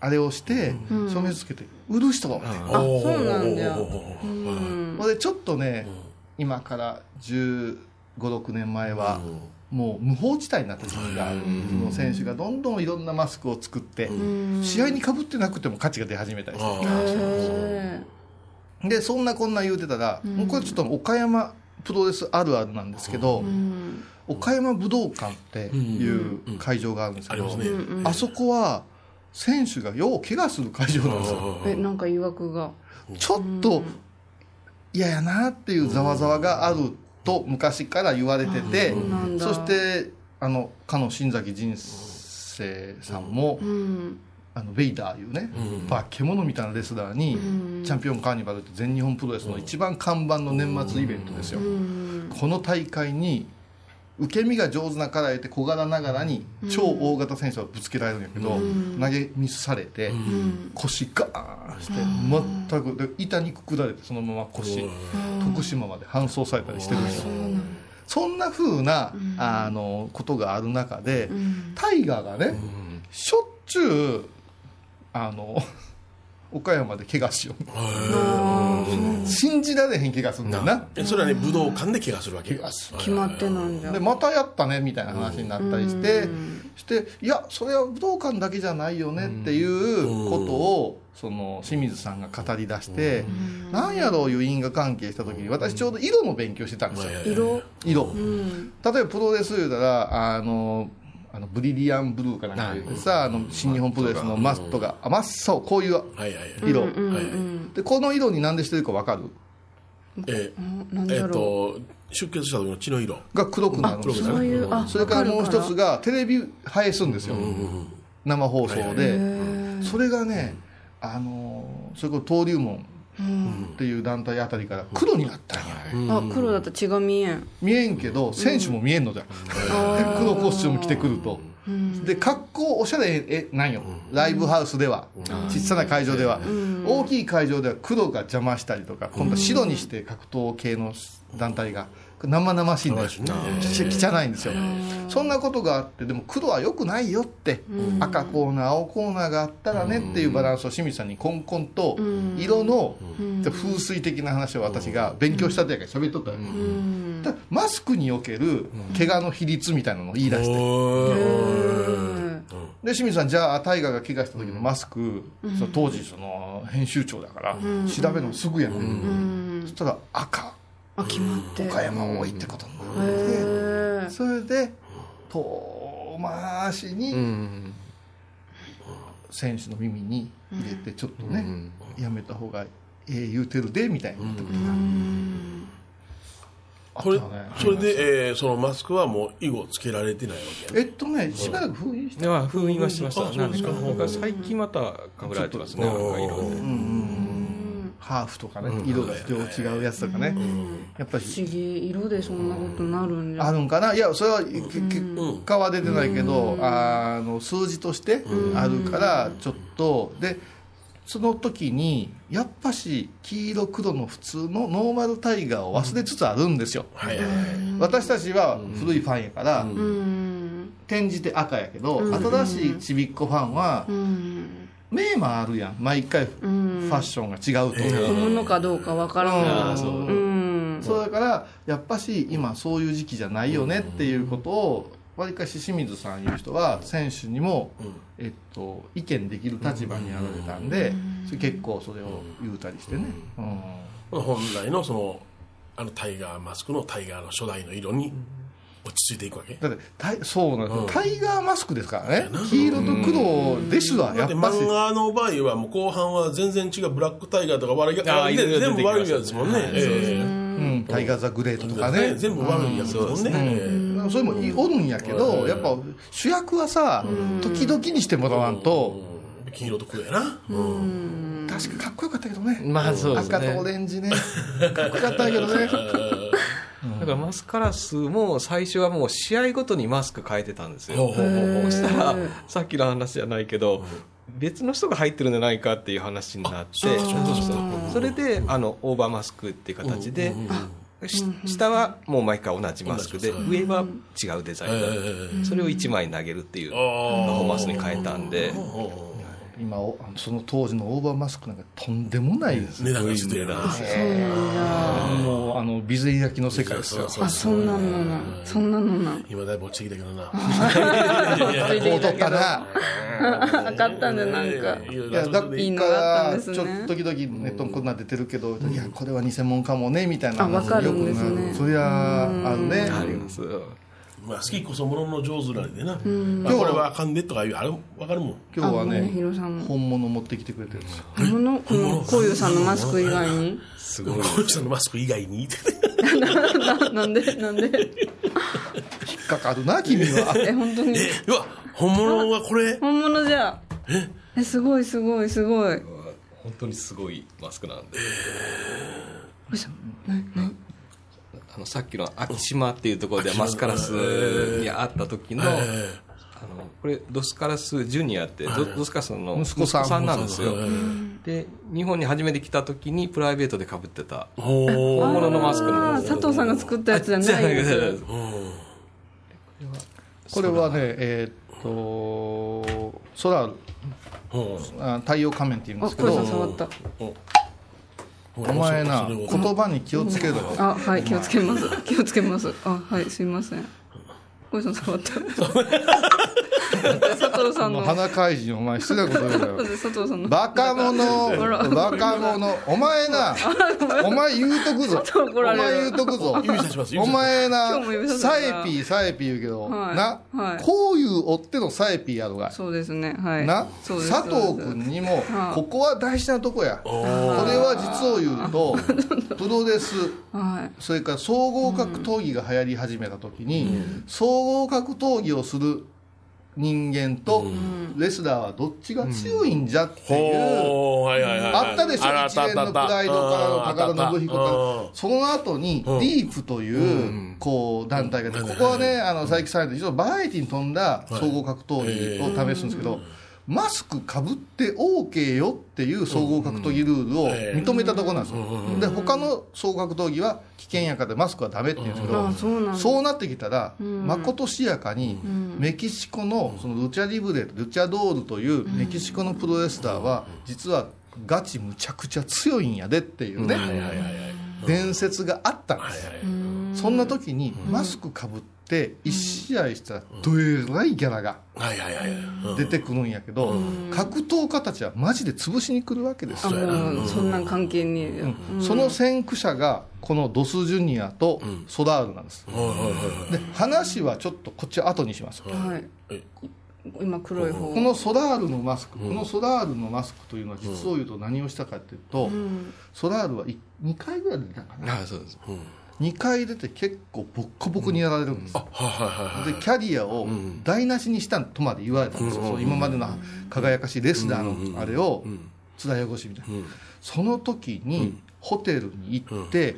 S3: あれをして、証明つけて、売る人がおるね
S2: あ、そうなんだよ。
S3: ほんでちょっとね、今から1 5六6年前は、もう無法地帯になった時期がある、その選手がどんどんいろんなマスクを作って、試合にかぶってなくても価値が出始めたりして、
S2: え
S3: でそんなこんな言うてたら、もうこれちょっと岡山プロレスあるあるなんですけど、岡山武道館っていう会場があるんです
S4: あ
S3: け
S4: り
S3: ど、
S4: ますね
S3: あそこは選手がよう怪我する会場なんですよ。
S2: ーえ、なんか誘惑が。
S3: ちょっと嫌やなっていうざわざわがあると昔から言われてて
S2: そうなんだ
S3: そしてあのかの新崎人生さんも、
S2: うん。
S3: あのベイダーいうね、化け物みたいなレスラーに、チャンピオンカーニバルって全日本プロレスの一番看板の年末イベントですよ、この大会に受け身が上手なから言って小柄ながらに超大型選手はぶつけられるんやけど、投げミスされて、腰ガーンして全くで板にくくられてそのまま腰、徳島まで搬送されたりしてるんですよ。そんなふうな、あのことがある中で、タイガーがね、しょっちゅうあの 岡山で怪我しよう信じられへん怪我すんだよな
S4: えそれはね武道館で怪我するわけよ
S2: 決まってなんじゃ
S3: でまたやったねみたいな話になったりして、していやそれは武道館だけじゃないよねっていうことをその清水さんが語り出して、なんやろういう因果関係した時に私ちょうど色の勉強してたんですよ、
S2: 色
S3: 色、例えばプロレス言うたらあのあのブリリアンブルーかなんか言ってさ、あの新日本プロレスのマストが、あマッサオこういう
S4: はいはいはい
S3: 色、
S4: はいはい
S3: でこの色に何でしてるか分かる
S4: え
S2: なん
S4: え
S2: だ
S4: っ
S2: ろ
S4: と出血した時の血の色
S3: が黒くなるんです
S2: う
S3: よ
S2: そういうあ
S3: それからもう一つ
S2: が
S3: がテレビ映えするんですよ、生放送で、それがねあのーそれこそ登竜門っていう団体あたりから黒になったんや、
S2: あ黒だったら血が見えん
S3: 見えんけど選手も見えんのじゃん、黒コスチューム着てくると、で格好おしゃれえなんよライブハウスでは、小さな会場では、大きい会場では黒が邪魔したりとか今度は白にして格闘系の団体が生々しいんだよ
S4: 生々しいね
S3: き汚いんですよそんなことがあってでも黒はよくないよって赤コーナー青コーナーがあったらねっていうバランスを清水さんにこんこんと色の風水的な話を私が勉強したとやから喋っとったよただマスクにおける怪我の比率みたいなのを言い出して
S4: お
S3: で清水さんじゃあ大河が怪我した時のマスク、その当時その編集長だから、調べるのすぐやね、そしたら赤
S2: あ決まって
S3: 岡山多いってことになって、
S2: へえ
S3: それで遠回し
S5: う
S3: に
S5: ん
S3: 選手の耳に入れてちょっとね、やめた方がええ言うてるでみたいなことがあった
S4: これ
S3: ね
S4: それで、えー、そのマスクはもう以後つけられてないわけや
S3: えっとねしばらく封印して
S5: では封印はしてました
S4: あそうですか
S5: なんか最近またかぶられてますね
S4: ちょっと
S5: 赤色で
S3: ハーフとかね色が色違うやつとかねやっぱり
S2: 不思議色でそんなことなるんじ
S3: あ
S2: ゃ
S3: るんかないやそれはけ結果は出てないけど、あの数字としてあるからちょっとでその時にやっぱし黄色黒の普通のノーマルタイガーを忘れつつあるんですよ、
S4: はいはいはい
S3: 私たちは古いファンやから、
S2: うん
S3: 転じて赤やけど、新しいちびっこファンは、
S2: うん
S3: 目もあるやん毎回ファッションが違うと、
S2: 小物かどうかわからんが
S5: あーそう
S2: うん
S3: そうだからやっぱし今そういう時期じゃないよねっていうことをわりかし清水さんいう人は選手にも、えっと、意見できる立場にあられたんでそれ結構それを言うたりしてね、うん
S4: 本来のそのあのタイガーマスクのタイガーの初代の色に落ち着いていくわけ
S3: だってタイそうなんですよタイガーマスクですからね黄色と黒ですわ
S4: だ
S3: や
S4: っ
S3: ってぱし
S4: 漫画の場合はもう後半は全然違うブラックタイガーとか悪いや
S5: あー
S4: あれ
S5: いろいろ
S4: 全
S5: 出て
S4: 部
S5: きま
S4: 悪い
S5: したね
S4: やつもんね
S5: はい
S4: ええ
S3: うんタイガー・ザ・グレートとかね
S4: ね全部悪いやつもんねえ
S3: うんそれもいおるんやけどやっぱ主役はさ時々にしてもらわんと
S4: え黄色と黒やな
S3: 確かかっこよかったけどね
S5: まあそうですね
S3: 赤とオレンジねかっこよかったけどね
S5: だからマスカラスも最初はもう試合ごとにマスク変えてたんですよ。
S4: ほうほうほう
S5: そしたらさっきの話じゃないけど別の人が入ってるんじゃないかっていう話になってそうそうそれであのオーバーマスクっていう形でし下はもう毎回同じマスクで
S4: 同
S5: 上は違うデザイ
S4: え
S5: ンそれを1枚投げるっていう
S4: え
S5: パフォーマンスに
S4: あ
S5: 変えたんで
S4: あほう
S3: 今おあのその当時のオーバーマスクなんかとんでもないです
S4: 値段がついてるな
S3: もうあの備前焼の世界です
S4: そう
S3: よ
S4: そう
S2: あそんなのなそんなのな
S4: 今だいぶ落ちてきたけどな
S3: こう取ったな
S2: なかったねなんか
S4: いろい
S3: い
S4: ろ
S3: やだ
S4: 後
S3: か
S4: で
S2: いいのがあったんで
S3: らち
S2: す
S3: ょ
S2: ね
S3: っと時々ネットもこんなん出てるけどいやこれは偽物かもねみたいな
S2: あわかるんですね
S3: よくなそりゃあるね
S5: あります。
S4: まあ好きこそものの上手なんでなあこれはあかんでとかいうあれわかるもん
S3: 今日は
S2: あごめ
S3: ね
S2: んヒロさんも
S3: 本物持ってきてくれてるんですよ
S2: このこのこういうさんのマスク以外 に
S5: す
S4: こ
S5: ごい
S4: の人のマスク以外に
S2: ななんでなんで
S3: 引っかかるな君 は
S2: え本当に
S4: うわ本物はこれ
S2: 本物じゃえすごいすごいすごい
S5: 本当にすごいマスクなん
S2: ど
S5: で。
S2: うした
S5: あのさっきの昭島っていうところでマスカラスに会った時の、
S4: え
S5: あのこれドスカラスジュニアってド,、ドスカラスの
S3: 息子さん
S5: なんですよ
S4: え
S5: で日本に初めて来た時にプライベートでかぶってた
S4: ほー
S5: 本物のマスク
S2: あ
S5: な
S2: あ
S5: んです
S2: 佐
S5: よ
S2: 藤さんが作ったやつじゃ
S5: じゃ
S2: な
S5: あ
S2: いです
S3: これはねえーっとソラール
S4: ほ
S3: あ太陽仮面って言うん
S2: あ
S3: ですけ
S2: 小さん触
S3: ど
S2: った
S4: う
S3: お前な
S4: それ
S3: 言
S4: を
S3: 葉に気をつけ ろよ
S2: あはい気をつけます気をつけますあはいすいません小さん触っただって佐藤さん
S3: も
S2: の
S3: う花怪人お前失礼なこと言うな
S2: だっ
S3: よ
S2: て佐藤さんの
S3: バカ者 バカ者お前なお前言うとくぞ
S2: ょっと
S3: お
S2: 怒ら
S3: 前
S2: れる
S3: 言うと くぞ
S4: 指差します指
S3: お
S4: 差します
S3: 前
S2: 今日も指
S3: な
S2: ささ
S3: サ
S2: れた
S3: エピーサエピー言うけど、
S2: はい
S3: な、
S2: はい
S3: こういう追ってのサエピーやろがい
S2: そうですねはい
S3: な
S2: そうです
S3: 佐藤君にも
S2: はい
S3: ここは大事なとこやこれは実を言うとプロレス
S2: はい
S3: それから総合格闘技が流行り始めた時に、総合格闘技をする人間とレスラーはどっちが強いんじゃっていう、
S4: ほーはいはいはいはい
S3: あったでしょ
S4: あらあった
S3: 一
S4: あ
S3: 連
S4: ったあ
S3: の
S4: った
S3: プライドからの
S4: うんあったあ
S3: 高
S4: った
S3: 田信彦からその後にディープというこう団体があってここはねあの佐伯さんで一度バラエティに富んだ総合格闘技を試すんですけどマスクかぶって OK よっていう総合格闘技ルールを認めたところなんですよで他の総合格闘技は危険やからマスクはダメって言うんですけど
S2: あそうなんだ
S3: そうなってきたら、まことしやかに、メキシコのそのルチャリブレ、ルチャドールというメキシコのプロレスラーは、実はガチむちゃくちゃ強いんやでっていうね、伝説があったんです。そんな時にマスクかぶって1試合したらどえらいギャラが
S4: はいはいはいうん
S3: 出てくるんやけど格闘家たちはマジで潰しに来るわけです
S2: あ
S3: よ
S2: もうそんなん関係に
S3: その先駆者がこのドス・ジュニアとソダールなんです
S4: はいはいはいはい
S3: で話はちょっとこっちは後にします
S2: はい
S4: え
S2: 今黒い方
S3: このソラールのマスク、このソラールのマスクというのは実を言うと何をしたかというと、ソラールは2回ぐらい出たかな
S5: あそうです
S3: 2回出て結構ボッコボコにやられるんです、
S4: はいはいはい
S3: でキャリアを台無しにしたとまで言われたんですよ、そう今までの輝かしいレスラーのあれを蔦汚しみたいな、その時にホテルに行って、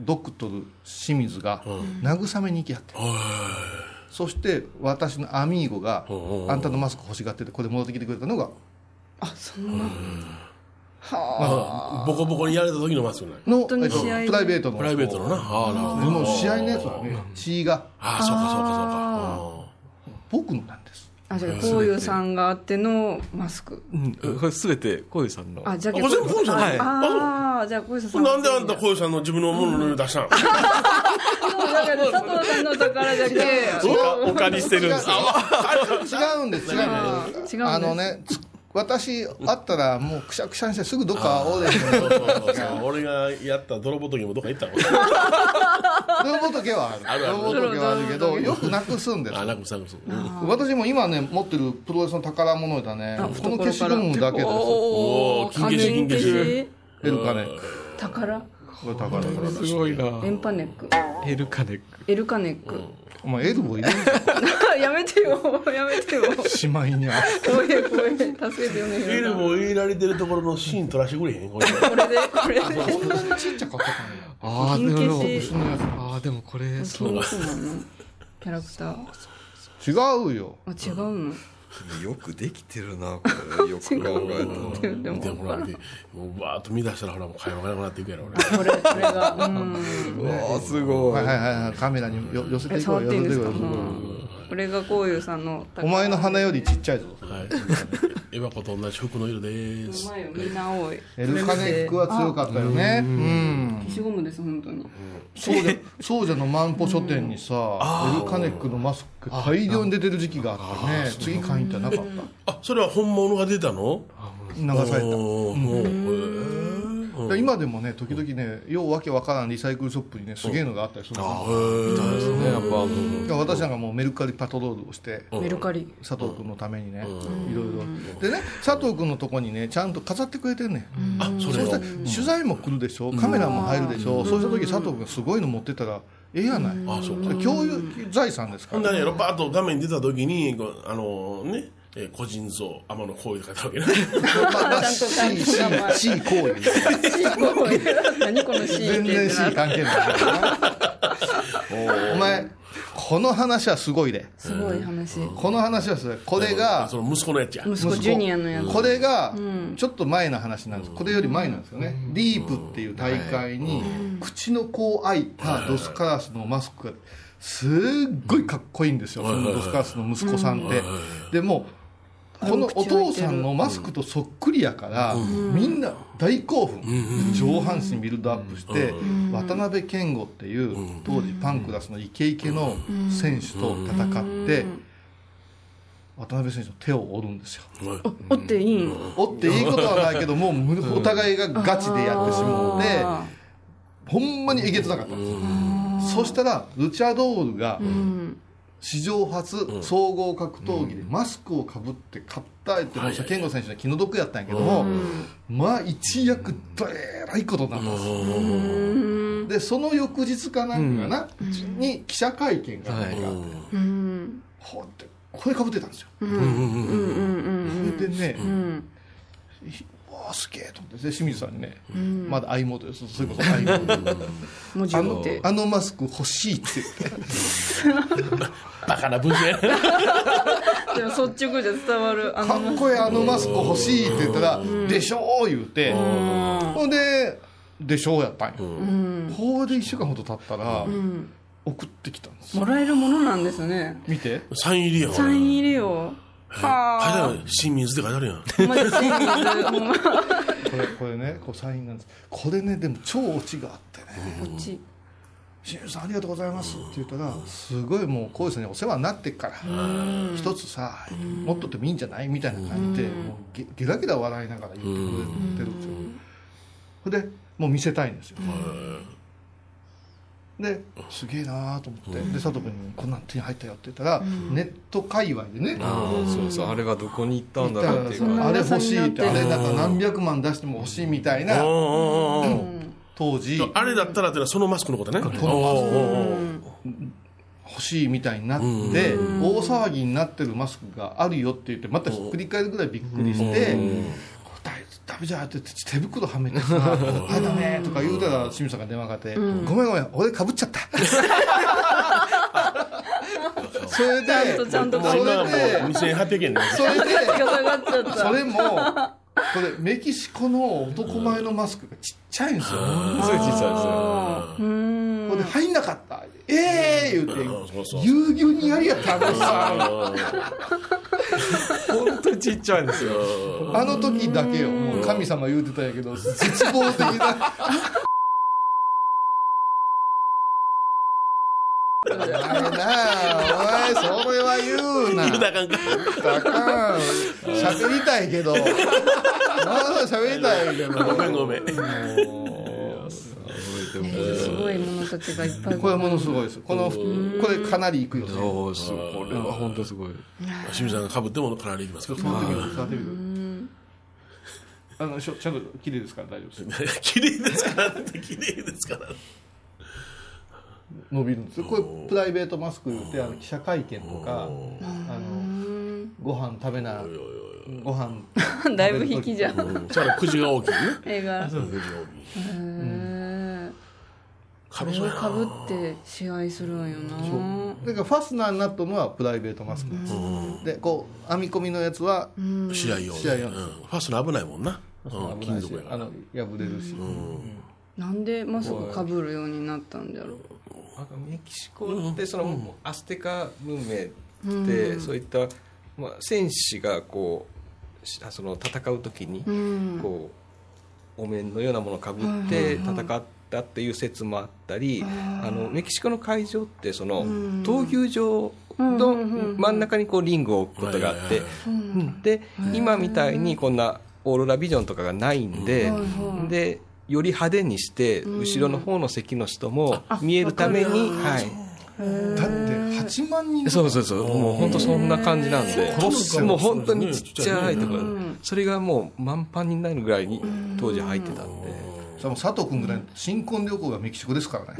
S3: ドクトル清水が慰めに行きはって、そして私のアミーゴがあんたのマスク欲しがっててこれ戻ってきてくれたのが
S4: ボコボコにやられた時のマスクない
S3: の
S2: 当に試合
S3: えっとプライベートの
S4: プライベートのなああなるほど
S3: でも試合のやつはね血が
S4: ああそうかそうかそうか
S3: 僕のなんです
S2: あじゃあこういうさんがあってのマスク
S5: うん、これ全て浩次さんの
S2: あじゃあ
S4: あこれ全部こうじゃない
S2: ああじゃあこういうさ
S4: こ
S2: ん
S4: れなんであんた小さんの自分のもののように出したの
S2: だから佐藤さんの宝だけ
S4: おかお借りしてるんですよ
S3: 違うんです
S2: 違う
S3: 違うんです
S2: んです
S3: あのねつ私あったらもうくしゃくしゃにしてすぐどっか青で
S4: そうそうそう俺がやった泥棒時もどっか行ったの
S3: 泥棒時計はある
S4: るある
S3: 泥棒時計はあるけどよくなくすんです
S4: あなんかさんかそう
S3: 私も今ね持ってるプロレスの宝物だねこの消しゴムだけです
S2: お
S4: おー金消し金消し
S3: エルカネック
S2: 宝
S3: これ宝物
S5: すごいな
S2: エンパネック
S5: エルカネック
S2: エルカネック
S3: お前エルボーいるんだ
S2: やめてよやめてよ
S3: しまいには
S2: 怖え怖え助けてよね
S4: エルボー入れられてるところのシーン撮らしてくれへんこれ
S2: これでこれで
S3: こんなにちっちゃかったかな
S5: あー
S2: 金
S5: でも
S2: 消し
S5: あーでもこれそ
S2: 金
S5: う
S2: 消しなのキャラクター
S3: 違うよ
S2: あ違うの
S5: よくできてるなこれ よく考えた
S2: で
S5: ら
S2: もでも
S4: 見てほら見てもうわーっと見出したらほらもう会話がなくなってい くやろ俺
S2: これこれがうん
S5: うわーすご
S3: はい
S5: い
S3: はいはいはいカメラによ寄せていこ
S2: 触
S3: う
S2: っ
S3: 寄
S2: ていい
S3: せ
S2: んで
S3: てい
S2: す
S3: こう
S2: か
S3: 寄せていこう
S2: これがこういうさんの
S3: お前の鼻よりちっちゃいぞ
S4: はいエヴァ子と同じ服の色です
S2: 前よみんな多い
S3: エルカネックは強かったよねうん
S2: 消しゴムです本当に
S3: そうじゃそうじゃの万歩書店に さエルカネックのマスク大量に出てる時期があってね次買いに行ったらなかっ
S4: あそれは本物が出たの
S3: た流され
S4: おーもうへー
S3: た今でもね時々ねようわけわからんリサイクルショップにねすげえのがあったりするんですよ
S5: ですねやっぱうん
S3: だから私なんかもうメルカリパトロールをして
S2: メルカリ
S3: 佐藤君のためにねいろいろでね佐藤君のとこにねちゃんと飾ってくれてんねん
S4: あそ
S3: そ
S4: れ
S3: し
S4: を
S3: たら取材も来るでしょカメラも入るでしょそうした時佐藤君がすごいの持ってたらええやない
S4: あそうか
S3: 共有財産ですか
S4: ほんで
S3: ら
S4: あれやろバーッと画面に出た時にこうあのねえー個人像天野光って書いてあるわ
S3: まあまあ C C C 行為ですね
S2: 何このシーン
S3: 全
S2: って
S3: 然 C 関係ないからなお前この話はすごいです
S2: ごい話
S3: この話はすごいこ
S4: け
S3: れ
S4: な
S3: が
S4: その息子のやつや
S2: 息子ジュニアのやつ
S3: これがちょっと前の話なんです、これより前なんですよね、ディープっていう大会に、口のこう開いたドスカラスのマスクがすっごいかっこいいんですよ、そのドスカラスの息子さんって、でもこのお父さんのマスクとそっくりやから、みんな大興奮、上半身ビルドアップして、渡辺謙吾っていう当時パンクラスのイケイケの選手と戦って、渡辺選手の手を折るんですよ。
S2: おっていいん
S3: おっていいことはないけどもうむお互いがガチでやってしまうので
S2: あ
S3: ほんまにえげつなかったんですよそしたらルチャドールが史上初総合格闘技でマスクをかぶって勝ったってもうさ健吾選手の気の毒やったんやけどもまあ一躍どえらいことになったんですよでその翌日かなんかなに記者会見がなんかあってほんで声かぶってたんですよそれでね、ひわあすげえと思ってで清水さんにね、まだ i モードですそれこそ i モード
S2: 文字
S3: あ
S2: を持
S3: の
S2: って
S3: あのマスク欲しいって言って
S4: バカな文 章やな
S2: でも率直じゃ伝わるあの
S3: かっこいいあのマスク欲しいって言ったら「でしょ」言うてほんで「でしょ」やったんよほうで1週間ほど経ったら送ってきたんですよ
S2: もらえるものなんですね
S3: 見て
S4: サイン入りやん
S2: サイン入れよはあ
S4: 書いてある清水って書いてあるやん
S2: マジシングルもう
S3: これこれねこうサインなんですこれねでも超オチがあってね
S2: こっち
S3: 清水さんありがとうございます」って言ったらすごいもう浩次さんにお世話になってっから一つさ持っとってもいいんじゃないみたいな感じでもうゲゲラゲラ笑いながら言ってくれてるんですよほんでもう見せたいんですよですげえなーと思ってで佐藤君に「こんなん手に入ったよ」って言ったらネット界隈でね
S5: ああそうそうあれがどこに行ったんだ
S3: だか
S5: ろう
S3: ら
S5: っていう
S3: そ
S5: か
S3: のあれ欲しいって
S2: そ
S3: あ
S2: んな噂になって
S3: れ
S2: る
S3: なんか何百万出しても欲しいみたい
S4: お
S3: な
S4: ーおーおー
S3: 当時
S4: あれだったらっていうのはそのマスクのことね。
S3: このマスク欲しいみたいになって大騒ぎになってるマスクがあるよって言ってまたひっくり返るぐらいびっくりして「これだダメじゃん」って手袋はめてさ「あれだね」とか言うたら清水さんが電話かかって「ごめんごめん俺かぶっちゃった」それで
S2: とちゃんと
S4: もう
S3: それ
S4: 今はも
S3: で
S4: う2800円です。
S3: それで
S2: が 下がっちゃった
S3: それもこれメキシコの男前のマスクがちっちゃいんですよ
S5: そういう小さ
S3: これ入んなかったええー、
S4: うんそうそう
S3: 言うてぎゅうぎゅうにやりやったんですよ
S5: いですよ本当にちっちゃいんですよ
S3: あの時だけよ、もう神様言うてたんやけど、絶望的な。お前なあお前それは言うな
S4: 言うたらあかんか。
S3: あかん喋りたいけどまあ喋りたいけ
S4: ご
S3: ど
S4: めんごめん。
S2: すごいものたちがいっぱい
S3: これはものすごいですこのこれかなりいくよね
S5: おおすごいこれは本当すごい
S4: 清水さんが被ってもかられいきますけど
S3: そ。の時の座ってみるあのしょちゃんと綺麗ですから大丈夫です
S4: 綺麗ですからって綺麗ですから。
S3: 伸びるんですよこれプライベートマスク言ってあの記者会見とかあのご飯食べなご飯
S2: だいぶ引きじゃん
S4: うんそしたらくじが大きいね。
S2: 映画へ
S4: くじが
S2: えこ
S4: 大きい。被
S2: れ
S4: そう
S2: を
S4: や
S2: か
S4: な。
S2: ぶって試合するんよな
S3: だからファスナーになったのはプライベートマスクですでこう編み込みのやつは
S4: 試合用。
S3: 試合用
S4: うんファスナー危ないもんな。うん
S3: 危な
S4: 金
S3: いし
S4: 属やか
S3: あ
S4: ら。
S3: の破れるし
S2: なんでマスクかぶるようになったんだろう
S5: なんかメキシコってその、アステカ文明って、そういった、まあ、戦士がこうしあその戦う時に、こうお面のようなものをかぶって戦ったっていう説もあったり、あのメキシコの会場ってその、闘牛場の真ん中にこうリングを置くことがあって、うんで今みたいにこんなオーロラビジョンとかがないんで、でより派手にして後ろの方の席の人も見えるために、は
S3: だっ
S5: い、
S3: て8万人
S5: そうそうそうもう本当そんな感じなんでもう本当にちっちゃいところ、それがもう満帆になるぐらいに当時入ってたんで
S3: それも佐藤君ぐらい新婚旅行がメキシコですからね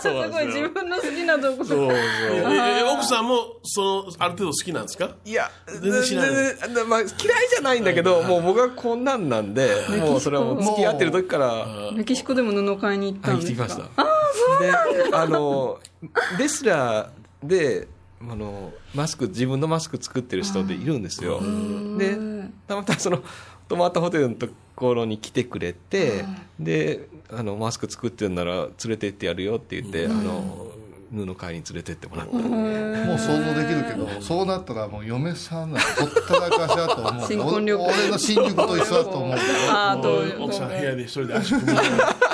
S2: すごい自分の好きなとこ
S4: そうそうえ奥さんもそのある程度好きなんですか
S5: いや、
S4: 全
S5: 全
S4: 然
S5: 然
S4: 知らない
S5: まあ、嫌いじゃないんだけど、もう僕はこんなんなんで、もうそれはもう付き合ってる時から、
S2: メキシコでも布買いに行った
S5: 入
S2: ん
S5: っ
S2: です
S5: てき
S2: か
S5: ました。あで、あの、レスラーで、あの、マスク、自分のマスク作ってる人っているんですよ。で、たまたまその、泊まったホテルのところに来てくれて、で、あの、マスク作ってるなら連れてってやるよって言って、あの、布買いに連れてってもらった。
S3: もう想像できるけどそうなったらもう嫁さんなんてほったらかしだと思う
S2: 新婚旅行
S3: 俺俺の新宿と一緒 だと思うけど
S2: ああどう
S4: 奥さん部屋で一人で足組む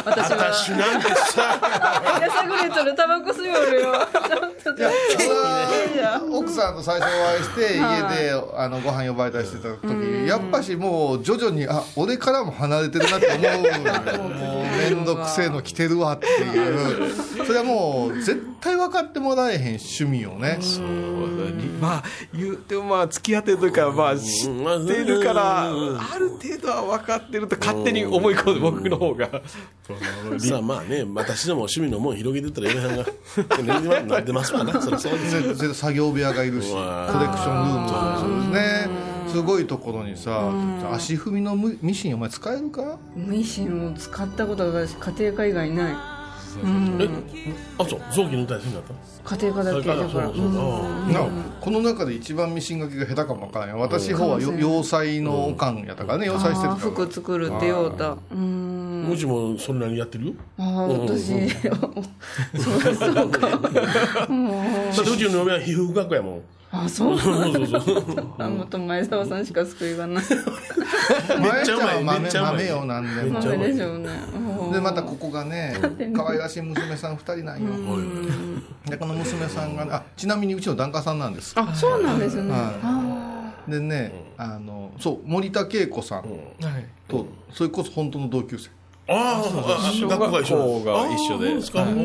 S4: 私なんてさ
S2: やさぐれとるタバコ吸いおるよちょっと
S3: いや奥さんと最初お会いして家であのご飯呼ばれたりしてた時やっぱしもう徐々にあ俺からも離れてるなって思うもう面倒くせえの来てるわっていうそれはもう絶対分かってもらえへん趣味をね
S5: まあ言うてもまあ付き合ってる時からまあ知ってるから
S4: うん
S5: ある程度は分かってると勝手に思い込んで僕の方が
S4: さあまあね私でも趣味のもん広げてったら嫁さんが全然なってますわなそりゃそうです
S3: 絶対作業部屋がいるしコレクションルームとかもそうですねすごいところにさ足踏みのミミシンお前使えるか
S2: ミシンを使ったことが私家庭科以外ない
S4: えあそう臓器抜いたりするんだった
S2: 家庭科だ
S4: そ
S2: け
S4: れから
S2: だ
S4: そ
S2: か
S4: うそ
S2: ら
S4: うそうあ
S3: なこの中で一番ミシンがけが下手かもわからんよ私方はよ洋裁のおかんやったからね洋裁して
S2: あ
S3: た
S2: ー
S3: から
S2: 服作るってようたうん
S4: あうちもそれなりにやってるよ
S2: ああ私 そうそうか
S4: だってうちの嫁は皮膚学やもん
S2: あそう
S4: そうそうそう
S2: あもっと前澤さんしか救いがない
S3: め
S4: っちゃうまい
S3: 豆
S4: めっちゃうまい
S3: 豆よなんでも
S2: ダメでしょうねうん
S3: でまたここがね可愛らしい娘さん2人なんよでこの娘さんがあちなみにうちの檀家さんなんです
S2: あそうなんですね
S3: はいでねあのそう森田恵子さんとそれこそ本当の同級生
S4: ああそう学校が一緒
S5: が一緒
S4: ああそう
S5: で
S4: ですか
S3: だから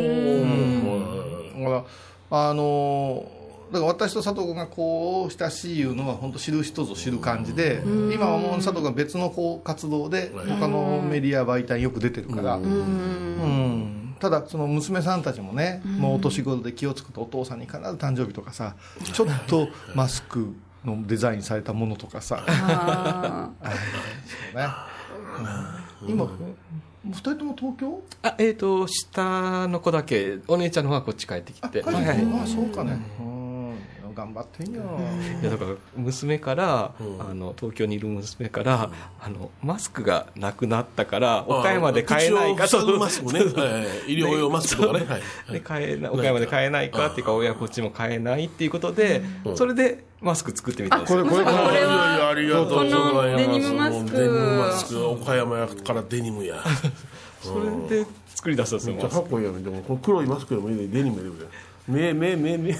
S3: あのだから私と佐藤君がこう親しいいうのは本当知る人ぞ知る感じで今はもう佐藤君は別のこう活動で他のメディア媒体によく出てるからうんただその娘さんたちもねもうお年頃で気をつくとお父さんに必ず誕生日とかさちょっとマスクのデザインされたものとかさねうん今2人とも東京
S5: あえっ、と下の子だけお姉ちゃんの方はこっち帰ってきて、
S3: あ
S5: はいはい
S3: あそうかねうん頑張ってんよ
S5: いやだから娘から、あの東京にいる娘から、あのマスクがなくなったから岡山で買えないか
S4: 口を
S5: と
S4: 塞ぐマ スクねはいはい医療用マスクとかねはい
S5: で買えな岡山で買えないかっていうか親こっちも買えないっていうことで、それでマスク作ってみたんですよ
S3: これこれ
S2: これはい
S4: やいやありがとう
S2: この
S4: ございます
S2: デニムマスク
S4: デニムマスク岡山やからデニムや
S5: それで作り出したんですよ
S4: めっちゃかっこいいやんでもこの黒いマスクでもいいでデニムでもいいで目目目目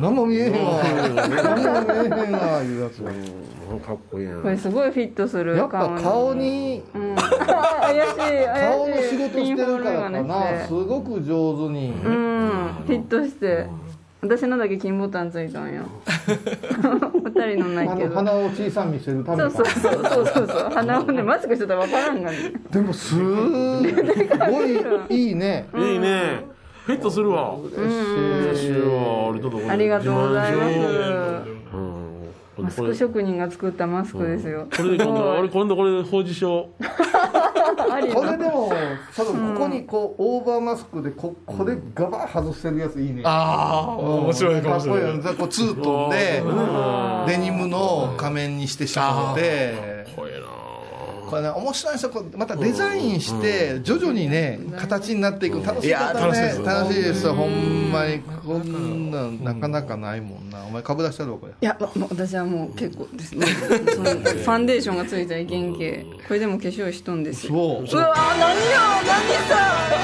S3: 何も見えへんわ何も見えへんわいうやつ
S4: かっこいいやん
S2: これすごいフィットする
S3: やっぱ顔に
S2: 怪しい
S3: 顔
S2: 怪
S3: の
S2: しい
S3: 仕事してるからかなすごく上手に
S2: うんフィットして私のだけ金ボタンついた んやお二人のな
S3: あ
S2: いけ
S3: の
S2: ど
S3: 鼻を小さく見せるため
S2: そうそ
S3: か
S2: うそうそうそうそう鼻をねマスクしてたら分からんがね
S3: でもすごいいいね
S4: いいねフィットするわ嬉しいわありがとうございます
S2: ありがとうございます
S4: うん
S2: マス
S4: こ
S2: ク
S4: れ
S2: 職人が作ったマスクですよ
S4: これで今度俺今度これ法事しよう
S2: あり
S3: こ
S2: の
S3: れでも多分ここにこうオーバーマスクでここでガバッ外せるやついいね
S5: ああ、面白いかもしれない。
S3: かっこいいよこうツートンでデニムの仮面にしてしまうので
S4: これな
S3: これね面白いですよこうまたデザインして徐々にね形になっていく楽しい方
S5: いや楽しいで
S3: ね
S5: す
S3: 楽しいですよほんまにこんなんなかなかないもんなお前株出したろこれ
S2: いや、ま、ま私はもう結構ですねそのファンデーションがついた原型これでも化粧しとんですよ
S3: そう
S2: うわ何よ何さ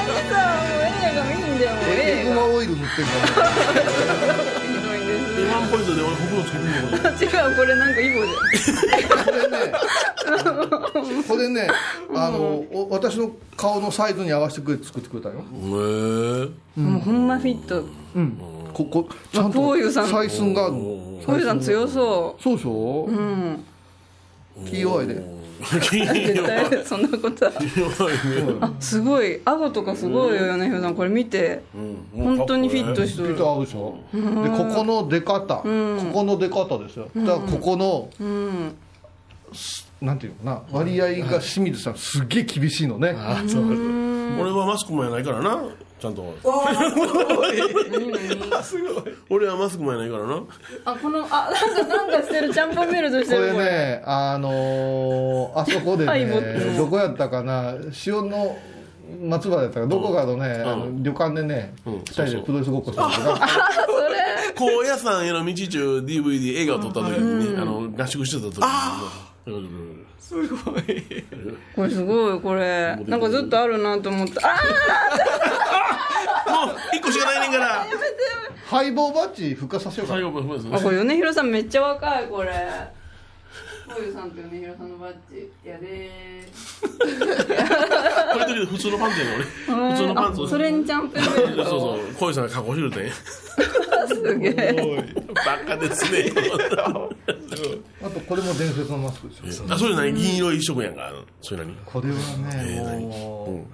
S2: 何さもう映画がいいんだよもう
S3: エ
S2: 映
S3: グ
S2: 画
S3: マオイル塗ってるからね
S2: ひどいんです
S4: でワンポイントで俺袋作ってみようか
S2: 違うこれなんかイボじ
S3: これねこれねあのお私の顔のサイズに合わせてくれて作ってくれたよ
S4: なへえ
S2: ゃんもうほんまフィット
S3: ここちゃんと
S2: こういうさん
S3: 採寸があるの
S2: トイさん強そ
S3: そうでしょ
S2: ううん
S3: 黄色いで
S2: 絶対そんなことはあすごい顎とかすごいよ米広さんこれ見て、本当にフィットしと
S3: ピ
S2: る
S3: タ合うでしょでここの出方、ここの出方ですよだからここの、すなんていうのかな割合が清水さんすっげえ厳しいのね、
S4: 俺はマスクもやないからなちゃんとすごい 俺はマスクもやないからな
S2: あこのあなんかなんかしてるジャンプメールとし
S3: こ
S2: て
S3: れ
S2: るこれ
S3: ねあのーあそこで
S2: はい持って
S3: ねどこやったかな塩の松原やったかどこかのね、あの旅館でね、二人でプロレスごっこしたんだけど
S4: 高野山への道中 DVD 映画を撮った時にねあの合宿してた時にうん
S2: これすごいこれなんかずっとあるなと思ってあ
S4: もう一個しかないねんから
S3: ハイボーバッジ復活させようか
S4: 最
S3: な
S4: 後もそう
S2: ーあ
S4: です
S2: こ
S4: ね
S2: れ米広さんめっちゃ若いこれ
S6: こういうさんと米広さんのバッジやで
S4: これだけで普通のパンツやねん俺普通のパンツ
S2: あそれにジャンプメール
S4: そうそう小野さんが加工してくれ
S2: すげえ
S4: たんやバカですね
S3: あとこれも伝説のマスクですよ
S4: あそれ何銀色一色やんかそれ何
S3: これはね、も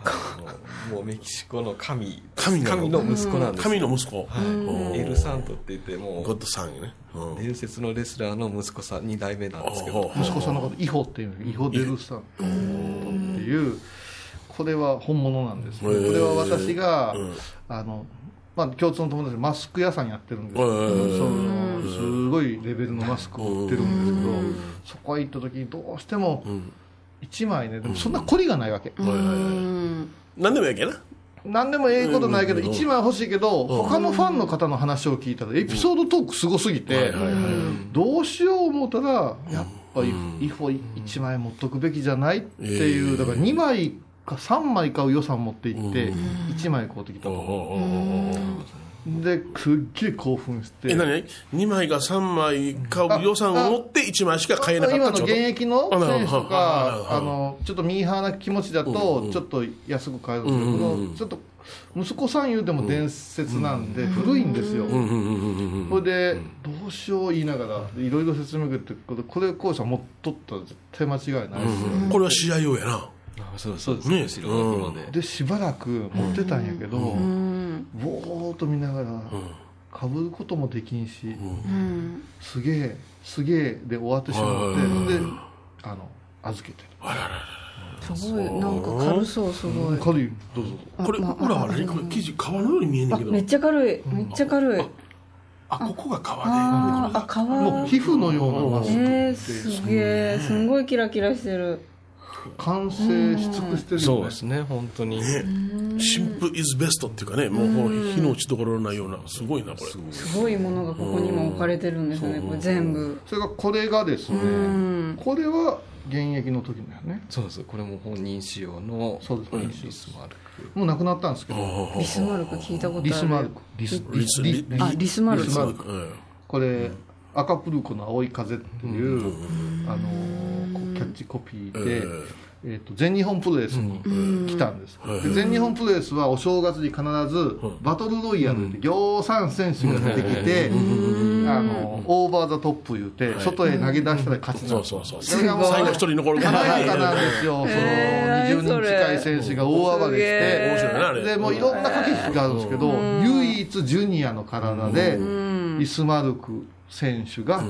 S3: う、
S5: もうメキシコの神
S4: 神なの
S5: の息子なんです、
S4: 神の息子うん
S5: エルサントって言っても
S4: ゴッ
S5: う
S4: ドさんやねうん
S5: 伝説のレスラーの息子さん2代目なんですけ
S4: ほう
S5: ど
S4: ほう
S3: 息子さんのことイホっていうイホデルさんっていうこれは本物なんですよ
S4: へえ
S3: これは私が、
S4: ん
S3: あのまあ、共通の友達でマスク屋さんやってるんですけ
S4: へえ
S3: どそのすごいレベルのマスクを売ってるんですけどそこへ行った時にどうしても1枚ねでもそんな凝りがないわけ
S4: 何でもやけな
S3: 何でもええことないけど1枚欲しいけど他のファンの方の話を聞いたらエピソードトークすごすぎてどうしよう思ったらやっぱりイフォ1枚持っとくべきじゃないっていうだから2枚か3枚買う予算持っていって1枚買うてきたですっげえ興奮して
S4: え、何二枚か三枚買う予算を持って一枚しか買えなかっ
S3: 今
S4: た
S3: の
S4: ちょう
S3: 現
S4: ど
S3: 役の選手と
S4: あなるほ
S3: か
S4: ど
S3: あのちょっとミーハーな気持ちだとちょっと安く買えるんですけどこのちょっと息子さん言うても伝説なんで古いんですよ
S4: うんうんうんうんうん。
S3: それでどうしよう言いながらいろいろ説明受けてこれこれ校舎持っとったら絶対間違いないですよ、
S4: これは試合用やな。
S5: あそうそうです
S4: ね
S5: 後ろの色で
S3: でしばらく持ってたんやけど、ぼーっと見ながら、かぶることもできんし、すげえすげえで終わってしまって、であの預けて
S2: すごいなんか軽そうすごい
S3: 軽いどうぞ
S4: これ、裏は何これ生地、皮のように見えんね
S2: あ
S4: んけ
S2: めっ
S4: ど。
S2: ちゃ軽いめっちゃ軽い
S4: あ、ここが皮
S2: あー
S4: ね。
S2: あ皮
S3: もう皮膚のようなマスク
S2: えー、すげえすんごいキラキラしてる
S3: 完成し尽くしてるよ
S5: そう
S3: ね
S5: ですね本当に
S4: シンプルイズベストっていうかね、もうこの火の打ちどころのないような、すごいな、これ。
S2: すごいものがここにも置かれてるんですねこれ全部
S3: それがこれがですね、これは現役の時のやね
S5: そうですこれも本人仕様の
S3: そうです
S5: んリスマルク
S3: もうなくなったんですけど
S2: リスマルク聞いたことある
S3: リスマルクリスリスリ
S4: リ
S2: あリスマルク
S3: リスマル
S4: うん
S3: これ「赤プルコの青い風」っていう、あのーこうキャッチコピーで、え
S4: え
S3: ーと全日本プロレスに来たんです、で全日本プロレスはお正月に必ずバトルロイヤルで行産選手が出てきて、あのーオーバー・ザ・トップ言うて、外へ投げ出したら勝ちな
S4: そ
S3: ん
S4: う
S3: です
S4: そうそう。
S3: それがもう
S4: 最後一人 残るか
S3: 華
S4: ら。
S3: やかなんですよ、
S2: えー
S3: その20人近い選手が大暴れし
S4: 面
S3: て、
S4: 白いな、あれ。
S3: でもういろんな駆け引きがあるんですけど、唯一ジュニアの体で、イスマルク選手が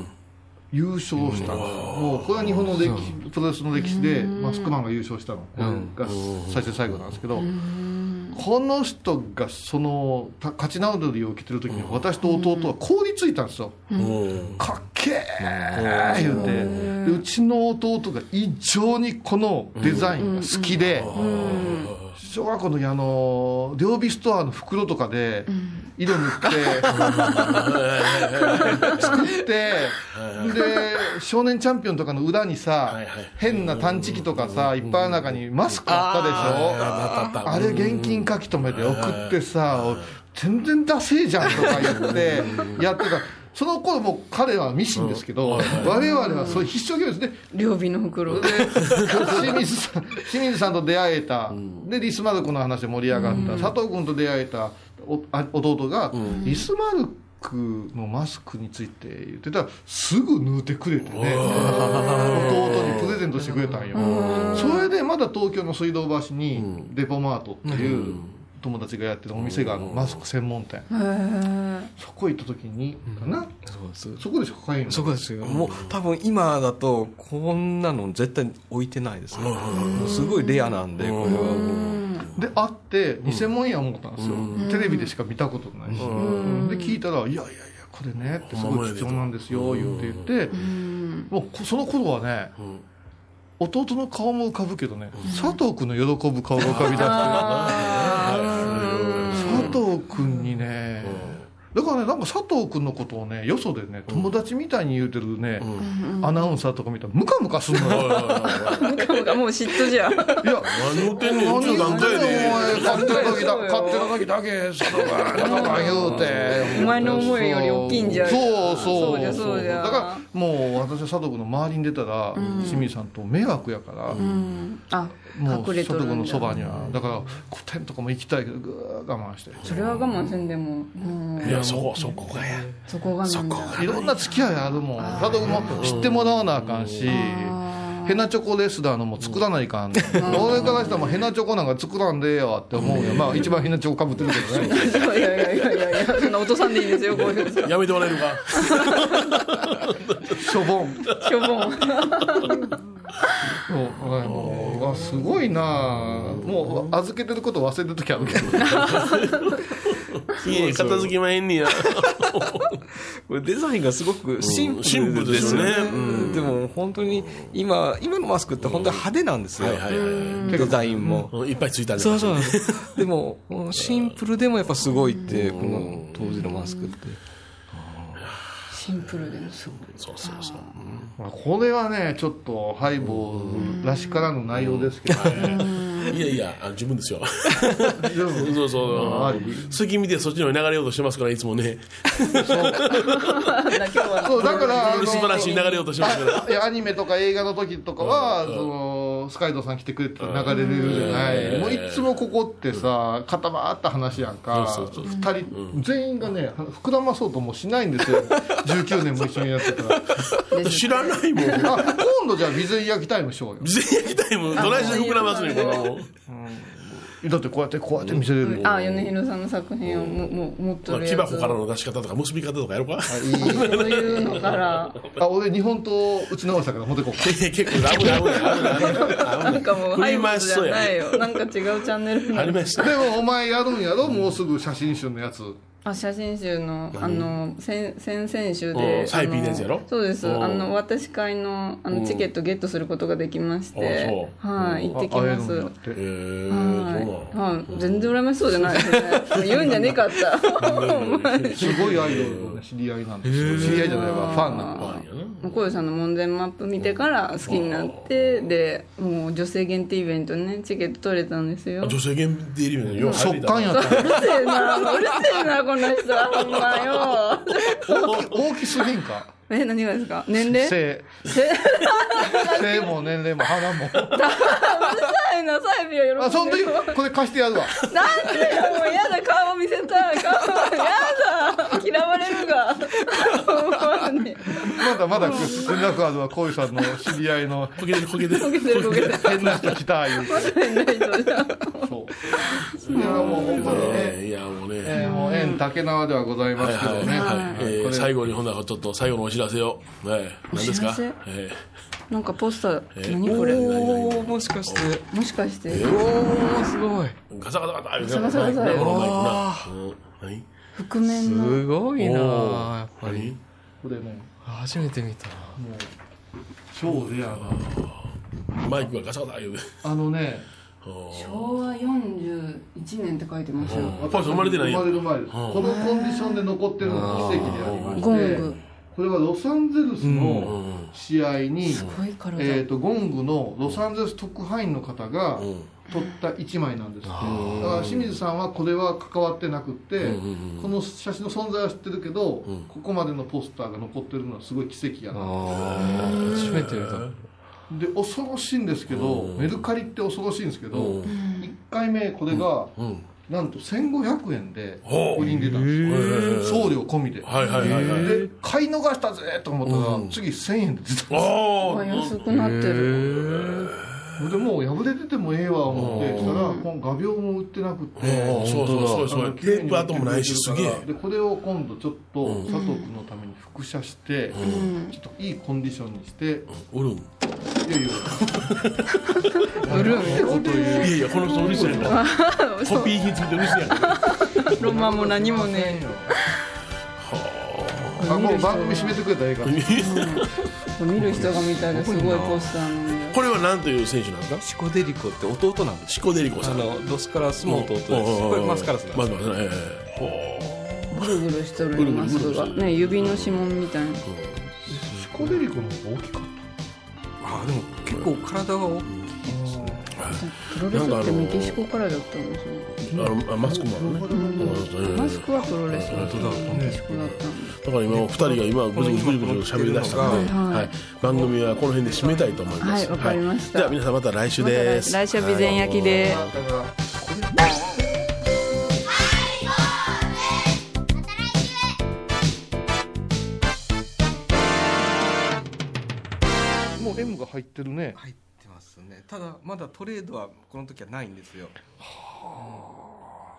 S3: 優勝した、もうこれは日本の歴史プロレスの歴史で、マスクマンが優勝したの、これが最初で最後なんですけど。この人がそのた勝ち直るよを着てる時に私と弟は凍りついたんですよ、
S4: うん
S3: かっけえ言うてでうちの弟が異常にこのデザインが好きで小学校の時あの両備ストアの袋とかで色塗って 作ってで少年チャンピオンとかの裏にさ
S4: いはい
S3: 変な探知機とかさいっぱいある中にマスクあったでしょあれ現金書き留めて送ってさ全然ダセえじゃんとか言ってやってたその頃もう彼はミシンですけど我々はそれ必勝行列で
S2: 両備の 袋
S3: で清水さん清水さんと出会えた、でリスマルクの話で盛り上がった、佐藤君と出会えたおあ弟が、リスマルクのマスクについて言ってたらすぐ縫うてくれてね弟にプレゼントしてくれたんよそれでまだ東京の水道橋にデポマートっていう友達がやってるお店があのマスク専門店そこ行った時にかな
S5: そうです
S3: そこでしょ買えるの
S5: そこですよもう多分今だとこんなの絶対置いてないですねもうすごいレアなんでこれはもう。
S3: で会って偽物や思ったんですよ、テレビでしか見たことないし、で聞いたら「いやいやいやこれね」ってすごい貴重なんですよ言うて言って、もうその頃はね、弟の顔も浮かぶけどね、佐藤君の喜ぶ顔が浮かびだして佐藤君にね、だからねなんか佐藤君のことをねよそでね友達みたいに言うてるね、アナウンサーとか見たらムカムカすんのよ
S2: ムカムカもう嫉妬じゃん。
S3: い や
S4: 何言ってんねん、うちの段階で。
S3: 勝手な時だ勝手な時だけ佐藤君とか言うて
S2: お前の思いより大きいんじゃん
S3: そう
S2: そ
S3: そう
S2: じゃそうじゃ
S3: だからもう私は佐藤君の周りに出たら清水さんと迷惑やから、
S2: うん あ
S3: もう
S2: 隠れ
S3: 佐
S2: とる
S3: 藤君の
S2: ん
S3: そ
S2: だ
S3: ばにはだから古典とかも行きたいけどぐー我慢して
S2: それは我慢せんでも、うん、
S4: いや、そこ、そこがや。
S2: そこがなんだ
S3: いろんな付き合いあるもん佐藤君も知ってもらわなあかんしヘナチョコレスラーのも作らないかん、俺からしたらもうヘナチョコなんか作らんでええわって思うよ、まあ一番ヘナチョコかぶってるけどね
S2: いやいやいやいやいやそんな落とさんでいいですよこういう
S4: やめてもらえるか。
S3: しょぼん
S2: しょぼん
S3: そうはいもううわすごいなあもう預けてること忘れてる時あるけど
S4: いや片付きまへんねや。
S5: これデザインがすごくシンプ
S4: シンプル
S5: ルで
S4: です
S5: す
S4: ね
S5: よね。でも本当に今、今のマスクって本当に派手なんですよ。
S4: はいはいは
S5: デザインも。
S4: い。いっぱいついたね。
S5: そうそうなんです。でも、シンプルでもやっぱすごいって、この当時のマスクって。
S2: シンプルでもすごい
S4: そうそうそう。
S3: まあ これはねちょっとハイボールらしからぬ内容ですけどね
S4: いやいや、あ自分ですよ。
S3: でも
S4: そうそう
S3: あり。
S4: 隙見てそっちの方に流れようとしてますから、いつもね。
S2: 今日は
S3: そうだからあの
S4: 素晴らしい流れようとしてますから。
S3: いやアニメとか映画の時とかは、そのスカイドさん来てくれって流れてるじゃない、もういつもここってさ固まった話やんか、
S4: そうそうそう
S3: 2人、全員がね膨らまそうともうしないんですよ19年も一緒にやってたら
S4: 知らないもん。全
S3: あ今度じゃあ備前焼きタイムしようよ
S4: 員行きたいもん。どないして膨らますね、この。
S3: だってこうやってこうやって見せれるよ、
S2: あ米広さんの作品をもも持っとる
S4: 木
S2: やつ
S4: 箱からの出し方とか結び方とかやろうか。
S2: そういうのから
S3: あ俺日本刀打ち直したから持ってこう
S4: 結構危ない危ない危ない。
S2: なんかもう
S4: 振
S2: ハ
S4: り
S2: イブ
S4: 回し
S2: じ
S4: そ
S2: ゃ
S4: うや
S2: ないよなんか違うチャンネル
S4: あ
S2: の
S4: りました。
S3: でもお前やるんやろもうすぐ写真集のやつ
S2: あ写真集のあの先先々週
S4: う
S2: で
S4: んサイピーのやつやろ
S2: あのそうです
S4: うん
S2: あの私会のあのチケットゲットすることができまして
S4: あそう
S2: はい行ってき
S3: ああえ
S2: ま
S3: るん
S2: す
S3: だ
S2: は
S3: って
S4: えー、
S2: い
S4: どう
S2: はい全然羨ましそうじゃないですね言うんじゃねえかった
S3: すごいアイドルのね知り合いなんですよ知り合いじゃないわファンなんだ
S4: なんやな。
S2: 向井さんの門前マップ見てから好きになってでもう女性限定イベントねチケット取れたんですよ
S4: 女性限定リベントよう入
S3: 速
S4: りだ
S3: 乾 やった
S2: うるせえなうるせえなこの人ほんまよ
S3: 大き大きすぎんか
S2: え何がですか年齢
S3: 性
S2: せ
S3: 性も年齢も鼻も
S2: ないな、サイビは
S3: あ
S2: 喜
S3: そ
S2: ん
S3: の
S2: で
S3: 時
S2: る。
S3: これ貸してやるわ
S2: なんでよ、もうやだ、顔見せたい。顔、やだ。嫌われるが。ほんまに。
S3: まだまだ連絡あるわこういうさんの知り合いの
S4: こけてるこけてる。
S2: ボケてる、ボケてる。
S3: 変な人来たいうて
S2: 変な人じゃん。
S3: そうそれはもう本当にね
S4: えーいやもうね。
S3: えーもう縁竹縄ではございま
S4: はい
S3: すけど
S4: はい
S3: ね
S4: はい。え
S3: こ
S4: ー
S3: れ
S4: 最後にほんならちょっと最後のお知らせを。えー何です
S2: お
S4: か
S2: 知らせ。
S4: え
S2: なんかポスター、何これ。
S5: おー、もしかして。
S2: もしかして、
S5: おー、すごい。
S4: ーガサガサガサ。ガ
S2: サガサガサ
S4: なんかないな。うん何？
S2: 覆面の。
S5: すごいなあやっぱり。
S3: これね
S5: 初めて見たな。
S3: 超レアな
S4: マイクがガサガサ言うて。
S3: あのね
S2: 昭和41年って書いてますよ。
S4: やっぱり生まれてない
S3: 生
S4: や
S3: まれる前
S4: ん。
S3: ですこのコンディションで残ってるのが奇跡でありまして
S2: ゴング。
S3: これはロサンゼルスの試合に、
S2: すごい体。
S3: えー、とゴングのロサンゼルス特派員の方が取った1枚なんですって、だから清水さんはこれは関わってなくって、この写真の存在は知ってるけど、ここまでのポスターが残ってるのはすごい奇跡やな、
S5: 初めて見た。
S3: で恐ろしいんですけど、メルカリって恐ろしいんですけど、1回目これがなんと1500円で
S4: ほう
S3: 売りに出たんですよ、送料込みで、
S4: はいはいはいはい
S3: で買い逃したぜと思ったら、次1000円で出たんですよ
S4: あ
S2: あ
S4: あ
S2: 安くなってる
S3: でもう破れててもええわ思ってしたらこの画鋲も売ってなくて
S4: そうそうそう
S3: あ
S4: そ
S3: の
S4: うテープ跡もないしすげえ
S3: でこれを今度ちょっと佐藤君のために複写して、ちょっといいコンディションにして、
S4: おるんい
S3: いやいや 売ること言う
S4: やいやこの人うるせえなコピー品つけてうるせえやん
S2: ロマンも何もね
S3: あもう番組閉めてくれたらええから
S2: 見る人が見たらすごいポスターなんで
S4: これは何という選手なんですか
S5: シコデリコって弟なんです
S4: シコデリコ
S5: あ
S4: さん
S5: のドスカラスも弟です
S4: うんうんうん
S5: これマスカラスなん
S4: ま
S5: で
S4: ずまずね
S2: ぐるぐるしとるマスクがね指の指紋みたいな
S3: シコデリコの方が大きかっ
S5: ああでも結構体は大きい
S2: プロレスってメキシコからだったんですね
S4: あのマスクもあるねうん
S2: マスクはプロレスだった
S5: 本当だ
S2: メキシコだったんで
S4: だから今お二人が今ぐずぐずぐずぐず喋り出したので、はい番組はこの辺で締めたいと思います。
S2: はいわかりました
S4: では皆さんまた来週です。
S6: 来週備前焼きで
S3: ただからもう M が入ってるね
S5: 入ってますねただまだトレードはこの時はないんですよ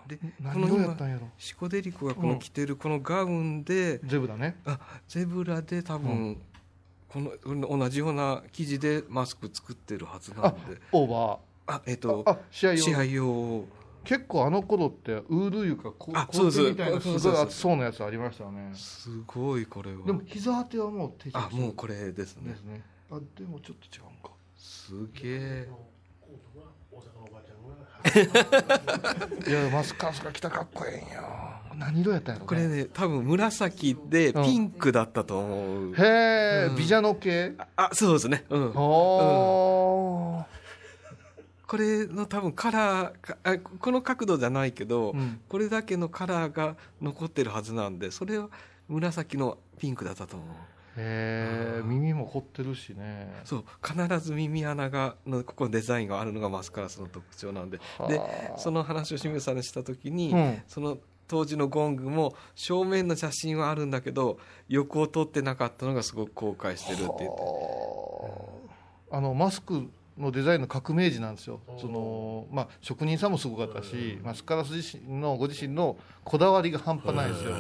S5: でこ
S3: 何
S5: の
S3: をやった
S5: 今
S3: んやろ
S5: シコデリコがこの着てるこのガウンで、
S3: ゼブだね
S5: あゼブラで多分、この同じような生地でマスク作ってるはずなん
S3: あ
S5: で
S3: オーバ
S5: あえっ、
S3: ー
S5: と
S3: あ試合用
S5: 試合用
S3: 結構あの頃ってウールいうかこ
S5: あ
S3: コーテ
S5: そうです
S3: みたいな
S5: そう
S3: す
S5: ですそう
S3: ごい
S5: です
S3: 厚そうなやつありましたよね
S5: すごいこれは
S3: でも膝当てはもう手
S5: あもうこれです
S3: で
S5: ね
S3: すねあでもちょっと違うんか
S5: すげえ
S3: いやマスカラスが来たかっこええんや何色やったんやろ、ね、
S5: これね多分紫でピンクだったと思う、
S3: へえ、ビジャノ系
S5: あそうですねうん
S3: おー
S5: これの多分カラーかあこの角度じゃないけど、
S3: ん
S5: これだけのカラーが残ってるはずなんでそれは紫のピンクだったと思う
S3: へえ耳も凝ってるしね
S5: そう必ず耳穴がのここデザインがあるのがマスカラスの特徴なんででその話を清水さんにした時に、
S3: うん
S5: その当時のゴングも正面の写真はあるんだけど横を撮ってなかったのがすごく後悔してるって言って
S3: あのマスクのデザインの革命児なんですよその、まあ、職人さんもすごかったしマスカラス自身のご自身のこだわりが半端ないんですよ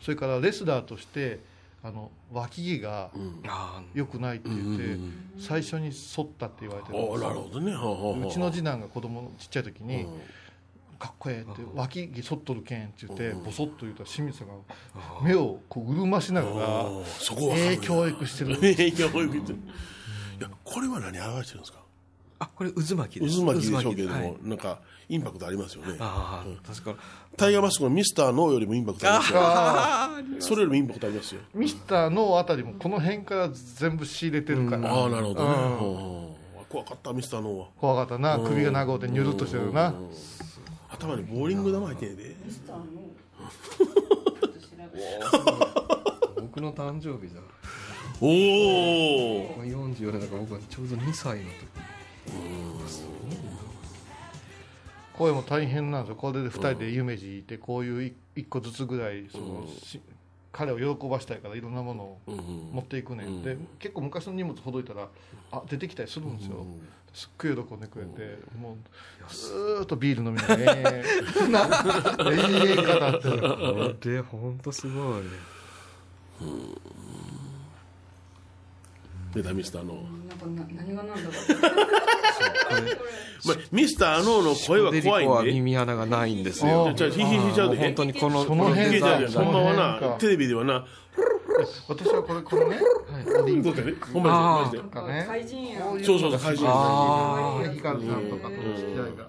S3: それからレスラーとしてあの脇毛が
S5: あ
S3: 良くないって言って、
S4: うんうん
S3: 最初に剃ったって言われてるんで
S4: お
S3: す
S4: な
S3: よ
S4: るほどね。はあはあはあ
S3: うちの次男が子供のちっちゃい時に、
S4: ん
S3: かっこええって脇毛剃っとるけんって言って、ボソッと言ったら清水さんが目をこう潤ましながら
S4: あーそこは
S3: ええ教育してる
S4: ええ教育してる。いやこれは何表してるんですか。
S5: あこれ渦巻きです
S4: 渦巻きでしょうけれど
S5: 渦
S4: も、
S5: 巻きはい
S4: なんかインパクトありますよね。
S5: ああ確かに
S4: タイガーマスクのミスターノーよりもインパクトありますよ。
S5: あ
S4: それよりもインパクトありますよ。
S3: ミスターのあたりもこの辺から全部仕入れてるから、
S4: ああなるほどね。はあはあ怖かったミスターノーは。
S3: 怖かったな首が長うてニュルっとしてるな、
S4: 頭にボーリング玉入ってんやで。
S5: あ僕の誕生日だ
S4: おお。
S5: 44年だから僕はちょうど2歳の 時
S3: 声も大変なんですよこれで2人で夢二いてこういう1個ずつぐらいその、し彼を喜ばしたいからいろんなものを持っていくねん、で結構昔の荷物ほどいたらあ出てきたりするんですよ、すっごい喜んでくれて、もうずーっとビール飲みながらええな永遠かなって
S5: これ本当すごいね
S4: 出たミスターノー。
S2: なんかな何がなんだろ
S4: まあ、ミスター・アノーの声は怖い
S5: コは
S4: んで。
S5: 耳穴がないんです
S4: じゃ
S5: よ
S4: あじゃあひひひちゃうで。
S5: 本当
S4: に。
S5: にこの
S3: その
S4: ひ
S3: 辺
S4: ひちゃうで。
S3: そ
S4: ほ
S3: の
S4: んま
S3: 辺
S4: はな
S3: か、
S4: テレビではな、
S3: 私はこれこのね、リン
S4: どう
S3: ク
S4: かね。ほんまにマジで。
S3: とかね
S2: 人や
S4: そうそうそう、怪獣。
S5: あ
S3: ヒカルさんとかとの付き合いがあって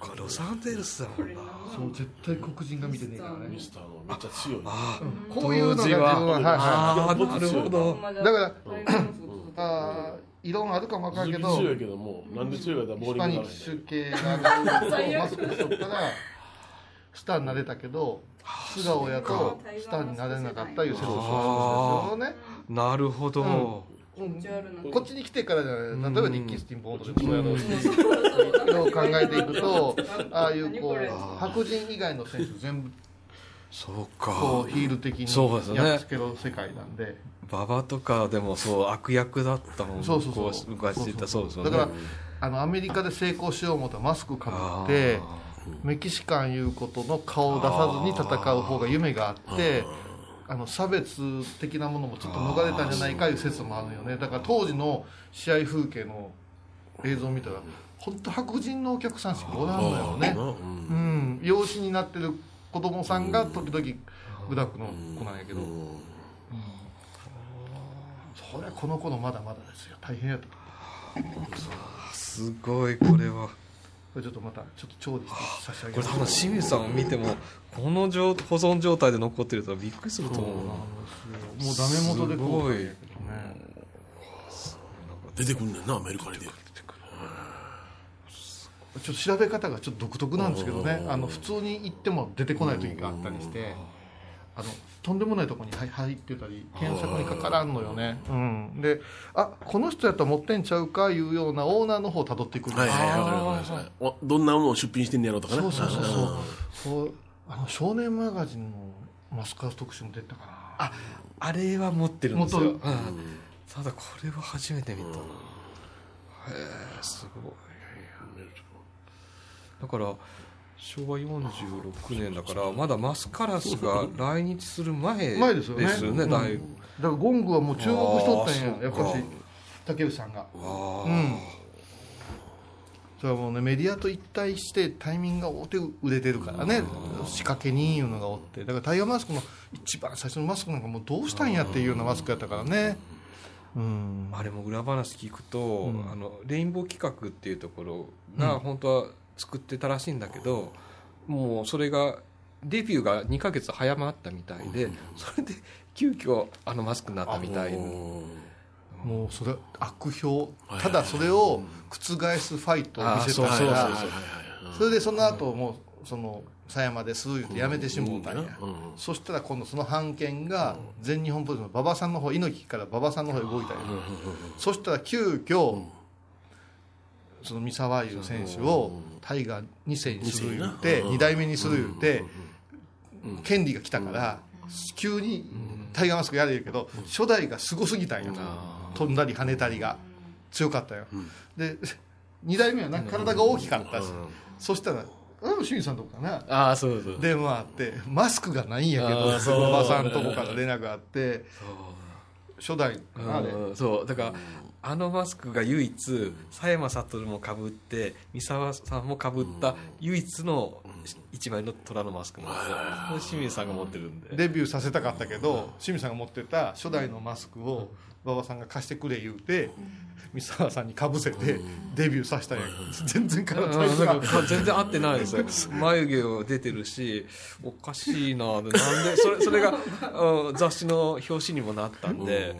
S5: これロサンゼルスだもんな
S3: そう絶対黒人が見てねえからね
S4: ミスター・アノーめっちゃ強い。
S3: こういうのが自分は、はいは
S5: ああなるほど
S3: い、だからあー異論あるかもわからんけ
S4: 鈴木
S3: ど
S4: 強いけども、なんで強いかってボ
S3: ス
S4: ーリング
S3: パ
S4: が
S3: ニ
S4: な
S3: ッ
S4: い。
S3: シュ系がマスクしとったらスターになれたけど素顔やとスターになれなかったいう説をしますよね
S5: なるほど
S3: こっちに来てからじゃない例えば日記スティンボードでもそうやろうし、を考えていくとああいうこう白人以外の選手全部
S5: そう
S3: こ
S5: か
S3: うヒール的
S5: そうです
S3: に
S5: ね
S3: やっつけろ世界なんで
S5: 馬場とかでもそう悪役だったもん
S3: そうそうそう
S5: こ昔言ったそうですよ
S3: だ
S5: ね
S3: からあのアメリカで成功しよう思ったらマスクかぶってメキシカンいうことの顔を出さずに戦う方が夢があってあの差別的なものもちょっと逃れたんじゃないかいう説もあるよねだから当時の試合風景の映像を見たら本当白人のお客さんしかおらんのよねうん養子になってる子供さんが時々グダックの子なんやけどそりゃこの子のまだまだですよ大変やと
S5: すごいこれは
S3: これちょっとまたちょっと調理して差し上げ
S5: こ
S3: ま
S5: れ
S3: す
S5: 多分清水さんを見てもこの状保存状態で残ってるとびっくりすると思うな
S3: もうダメ元でこう
S5: すごい
S4: 出てくんねんなアメリカにで
S3: ちょっと調べ方がちょっと独特なんですけどねあの普通に行っても出てこない時があったりしてあのとんでもないところに入入ってたり検索にかからんのよね、うん、であこの人やったら持ってんちゃうかいうようなオーナーの方をたどっていくんです
S4: はいはいはいわかりますわかりますおどんなものを出品してんねやろうとかね
S3: そうそうそうそうそうあの少年マガジンのマスカーズ特集も出たかな
S5: ああれは持ってるんですよ、
S3: 持っ
S5: うん
S3: と
S5: ただこれは初めて見たな、へえすごいだから昭和46年だからまだマスカラスが来日する前
S3: 前ですよね
S5: ですよね
S3: うん
S5: だいぶ、
S3: だからゴングはもう注目しとったん
S5: あ
S3: や
S5: ー
S3: やっ
S5: そう
S3: ぱ
S5: か
S3: し竹内さんが
S5: ああ
S3: うんそれはもうねメディアと一体してタイミングが大手売れてるからね仕掛け人いうのがおってだからタイガーマスクの一番最初のマスクなんかもうどうしたんやっていうようなマスクやったからねうん
S5: あれも裏話聞くと、あのレインボー企画っていうところが本当は作ってたらしいんだけど、もうそれがデビューが2ヶ月早まったみたいで、それで急遽あのマスクになったみたいな、
S3: もうそれ悪評ただそれを覆すファイトを見せたか
S5: あーそうそうそう
S3: らそれでその後もうその狭山です言ってやめてしもうたんや、そしたら今度その判件が全日本プロレスの馬場さんの方猪木から馬場さんの方へ動いたんや、そしたら急遽、その三沢優選手をタイガー2世にする言って2代目にする言って権利が来たから急にタイガーマスクやれ言うけど初代がすごすぎたんや飛んだり跳ねたりが強かったよで2代目はな体が大きかったしそしたらあ清水さんとこかな
S5: ああそうそう
S3: 電話あってマスクがないんやけ
S5: あ
S3: ど
S5: ーそう
S3: 馬場さんとこから連絡があって初代かなあれ
S5: うんそうだから、あのマスクが唯一佐山悟もかぶって三沢さんもかぶった唯一の一枚の虎のマスクなんですよ、これ清水さんが持ってるんで
S3: デビューさせたかったけど清水さんが持ってた初代のマスクを馬場さんが貸してくれ言うて三沢さんにかぶせてデビューさせたんやけど全然体が
S5: うんなんか全然合ってないですよ眉毛を出てるしおかしいなでなんでそれそれがうん雑誌の表紙にもなったんで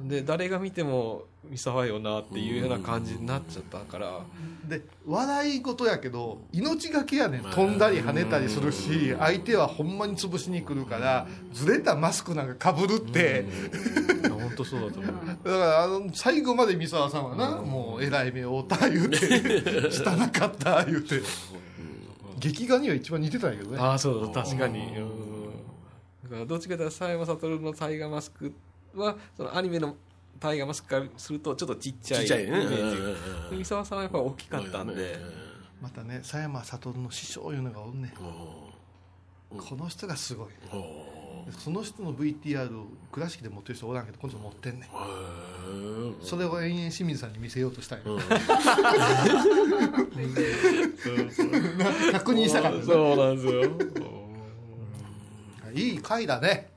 S5: で誰が見ても三沢よなっていうような感じになっちゃったから
S3: で笑い事やけど命がけやねん飛んだり跳ねたりするし相手はほんまに潰しに来るからずれたマスクなんかかぶるって
S5: 本当そうだと思う
S3: だからあの最後まで三沢さんはなもうえらい目を負った言う てしたなかった言うて劇画には一番似てたんやけどね
S5: ああそう確かにうんだからどっちかというと佐山悟のタイガーマスクはそのアニメのタイガーマスクからするとちょっとちっちゃ
S4: ち
S5: い
S4: っちゃいね
S5: イメージ
S4: うんうんうん
S5: で三沢さんはやっぱ大きかったんで
S3: またね佐山悟の師匠いうのがおんねんこの人がすごいその人の VTR を倉敷で持ってる人おらんけどこの人持ってんねんそれを延々清水さんに見せようとしたい、 確認したかった
S5: そうなんですよ
S3: いい回だね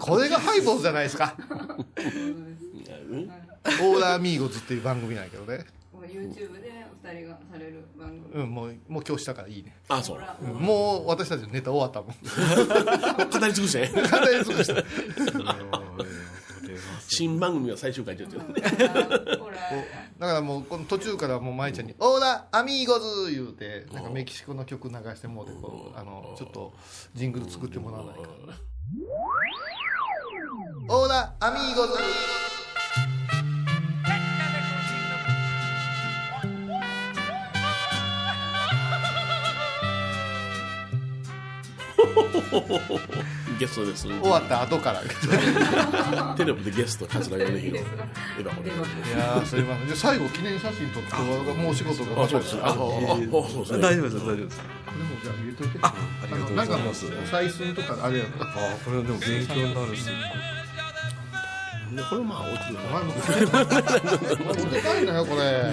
S3: これがハイボーズじゃないですかオーラーミーゴズっていう番組なんやけどね、
S2: YouTube でお二人がされる番組
S3: うん、もうもう今日したからいいね、
S4: あそう
S3: うんもう私たちのネタ終わったもん
S4: 語り尽くして
S3: 語り尽くした
S4: 新番組が最終回って言ってる
S3: だからもうこの途中からもう舞ちゃんに「オーラアミーゴズ」言うてなんかメキシコの曲流してもうてこうあのちょっとジングル作ってもらわないか「オー
S8: オラアミーゴズ
S4: ゲストです
S3: 終わった後からい
S4: テレビでゲスト桂米宏エヴァこれ
S3: やーすいませんじゃあ最後記念写真撮ってもうお仕事が
S4: あそうですねあああ
S3: あ
S4: そうですね
S5: 大丈夫です大丈夫です
S3: これもじゃあ入れといてあ
S5: ありがとうございます
S3: なんかお採寸とかあれやろ
S5: ああこれでも勉強になるし
S4: でこれまあ落ちる
S3: お前もお前もでかいのよこれ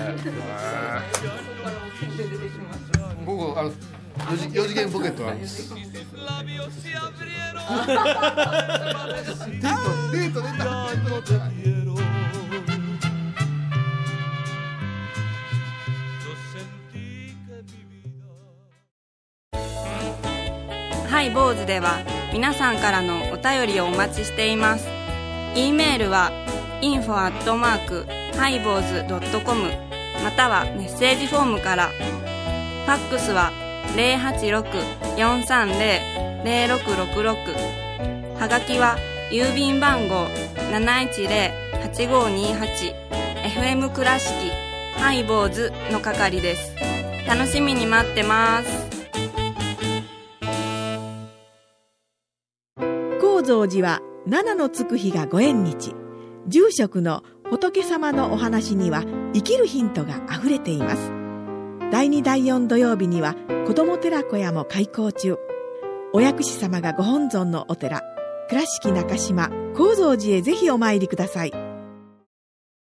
S3: 午後あの四次四次元ポケットなんですデートデート出たデート出た
S6: ハイ坊主では皆さんからのお便りをお待ちしています。e メールは info アットマークハイ坊主ドットコムまたはメッセージフォームから。ファックスは086-430-0666はがきは郵便番号710-8528 FM 倉敷ハイボーズの係です。楽しみに待ってます。
S9: 高蔵寺は七のつく日がご縁日住職の仏様のお話には生きるヒントがあふれています第2第4土曜日には子ども寺小屋も開校中お薬師様がご本尊のお寺倉敷中島・高蔵寺へぜひお参りください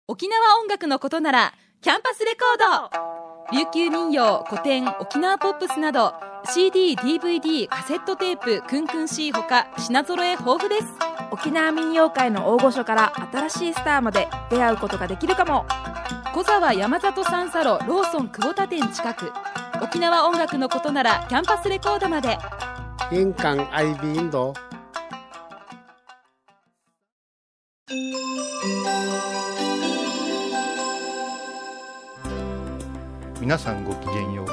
S10: 沖縄音楽のことならキャンパスレコード琉球民謡古典沖縄ポップスなど CDDVD カセットテープクンクン C ほか品揃え豊富です
S11: 沖縄民謡界の大御所から新しいスターまで出会うことができるかも
S10: 小沢山里三佐路ローソン久保田店近く沖縄音楽のことならキャンパスレコードまで
S12: 玄関アイビーンド
S3: 皆さんごきげんよ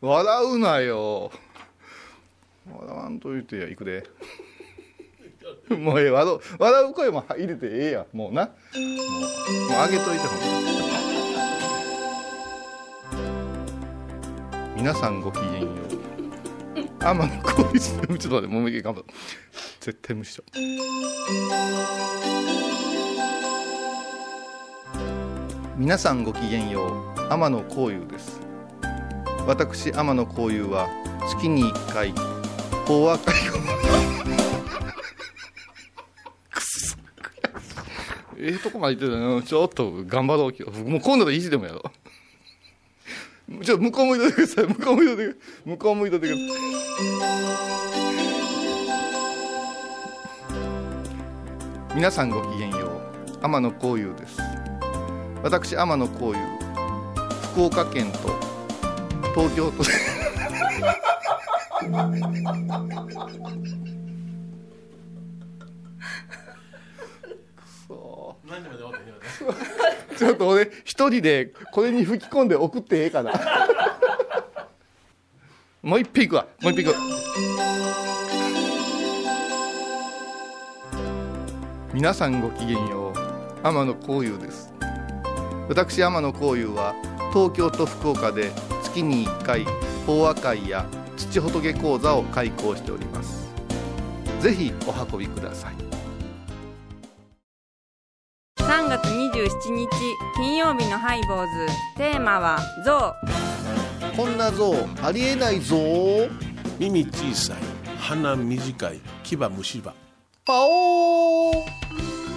S3: う 笑うなよ笑わんと言ってやいくで もうええ笑う笑う声も入れてええやもうなもうもう上げといてほしい皆さんごきげんよう天野浩一のちょっと待ってもういいかも絶対無視しよう皆さんごきげんよう天野幸雄です私天野幸雄は月に1回法話会をくそええとこまで行ってたのちょっと頑張ろう今日もう今度は意地でもやろうちょっと向こう向いといてください向こう向いといてください向こう向いといてください皆さんごきげんよう天野幸雄です私天野幸雄福岡県と東京都で
S4: 何でもで終わった
S3: ちょっと俺一人でこれに吹き込んで送ってええかなもう一匹いくわもう一匹いく皆さんごきげんよう天野幸雄です私天野幸雄は東京と福岡で月に1回法和会や土仏講座を開講しておりますぜひお運びください
S6: 3月27日金曜日のハイボーズテーマは象
S8: こんな像ありえないぞ
S4: 耳小さい鼻短い牙虫歯
S8: パオー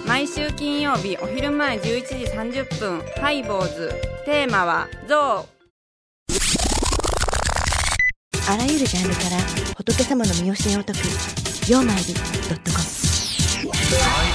S6: 毎週金曜日お昼前11時30分ハイボーズテーマは象
S13: あらゆるジャンルから仏様の身教えを説く「曜マイルドットコム」
S4: 「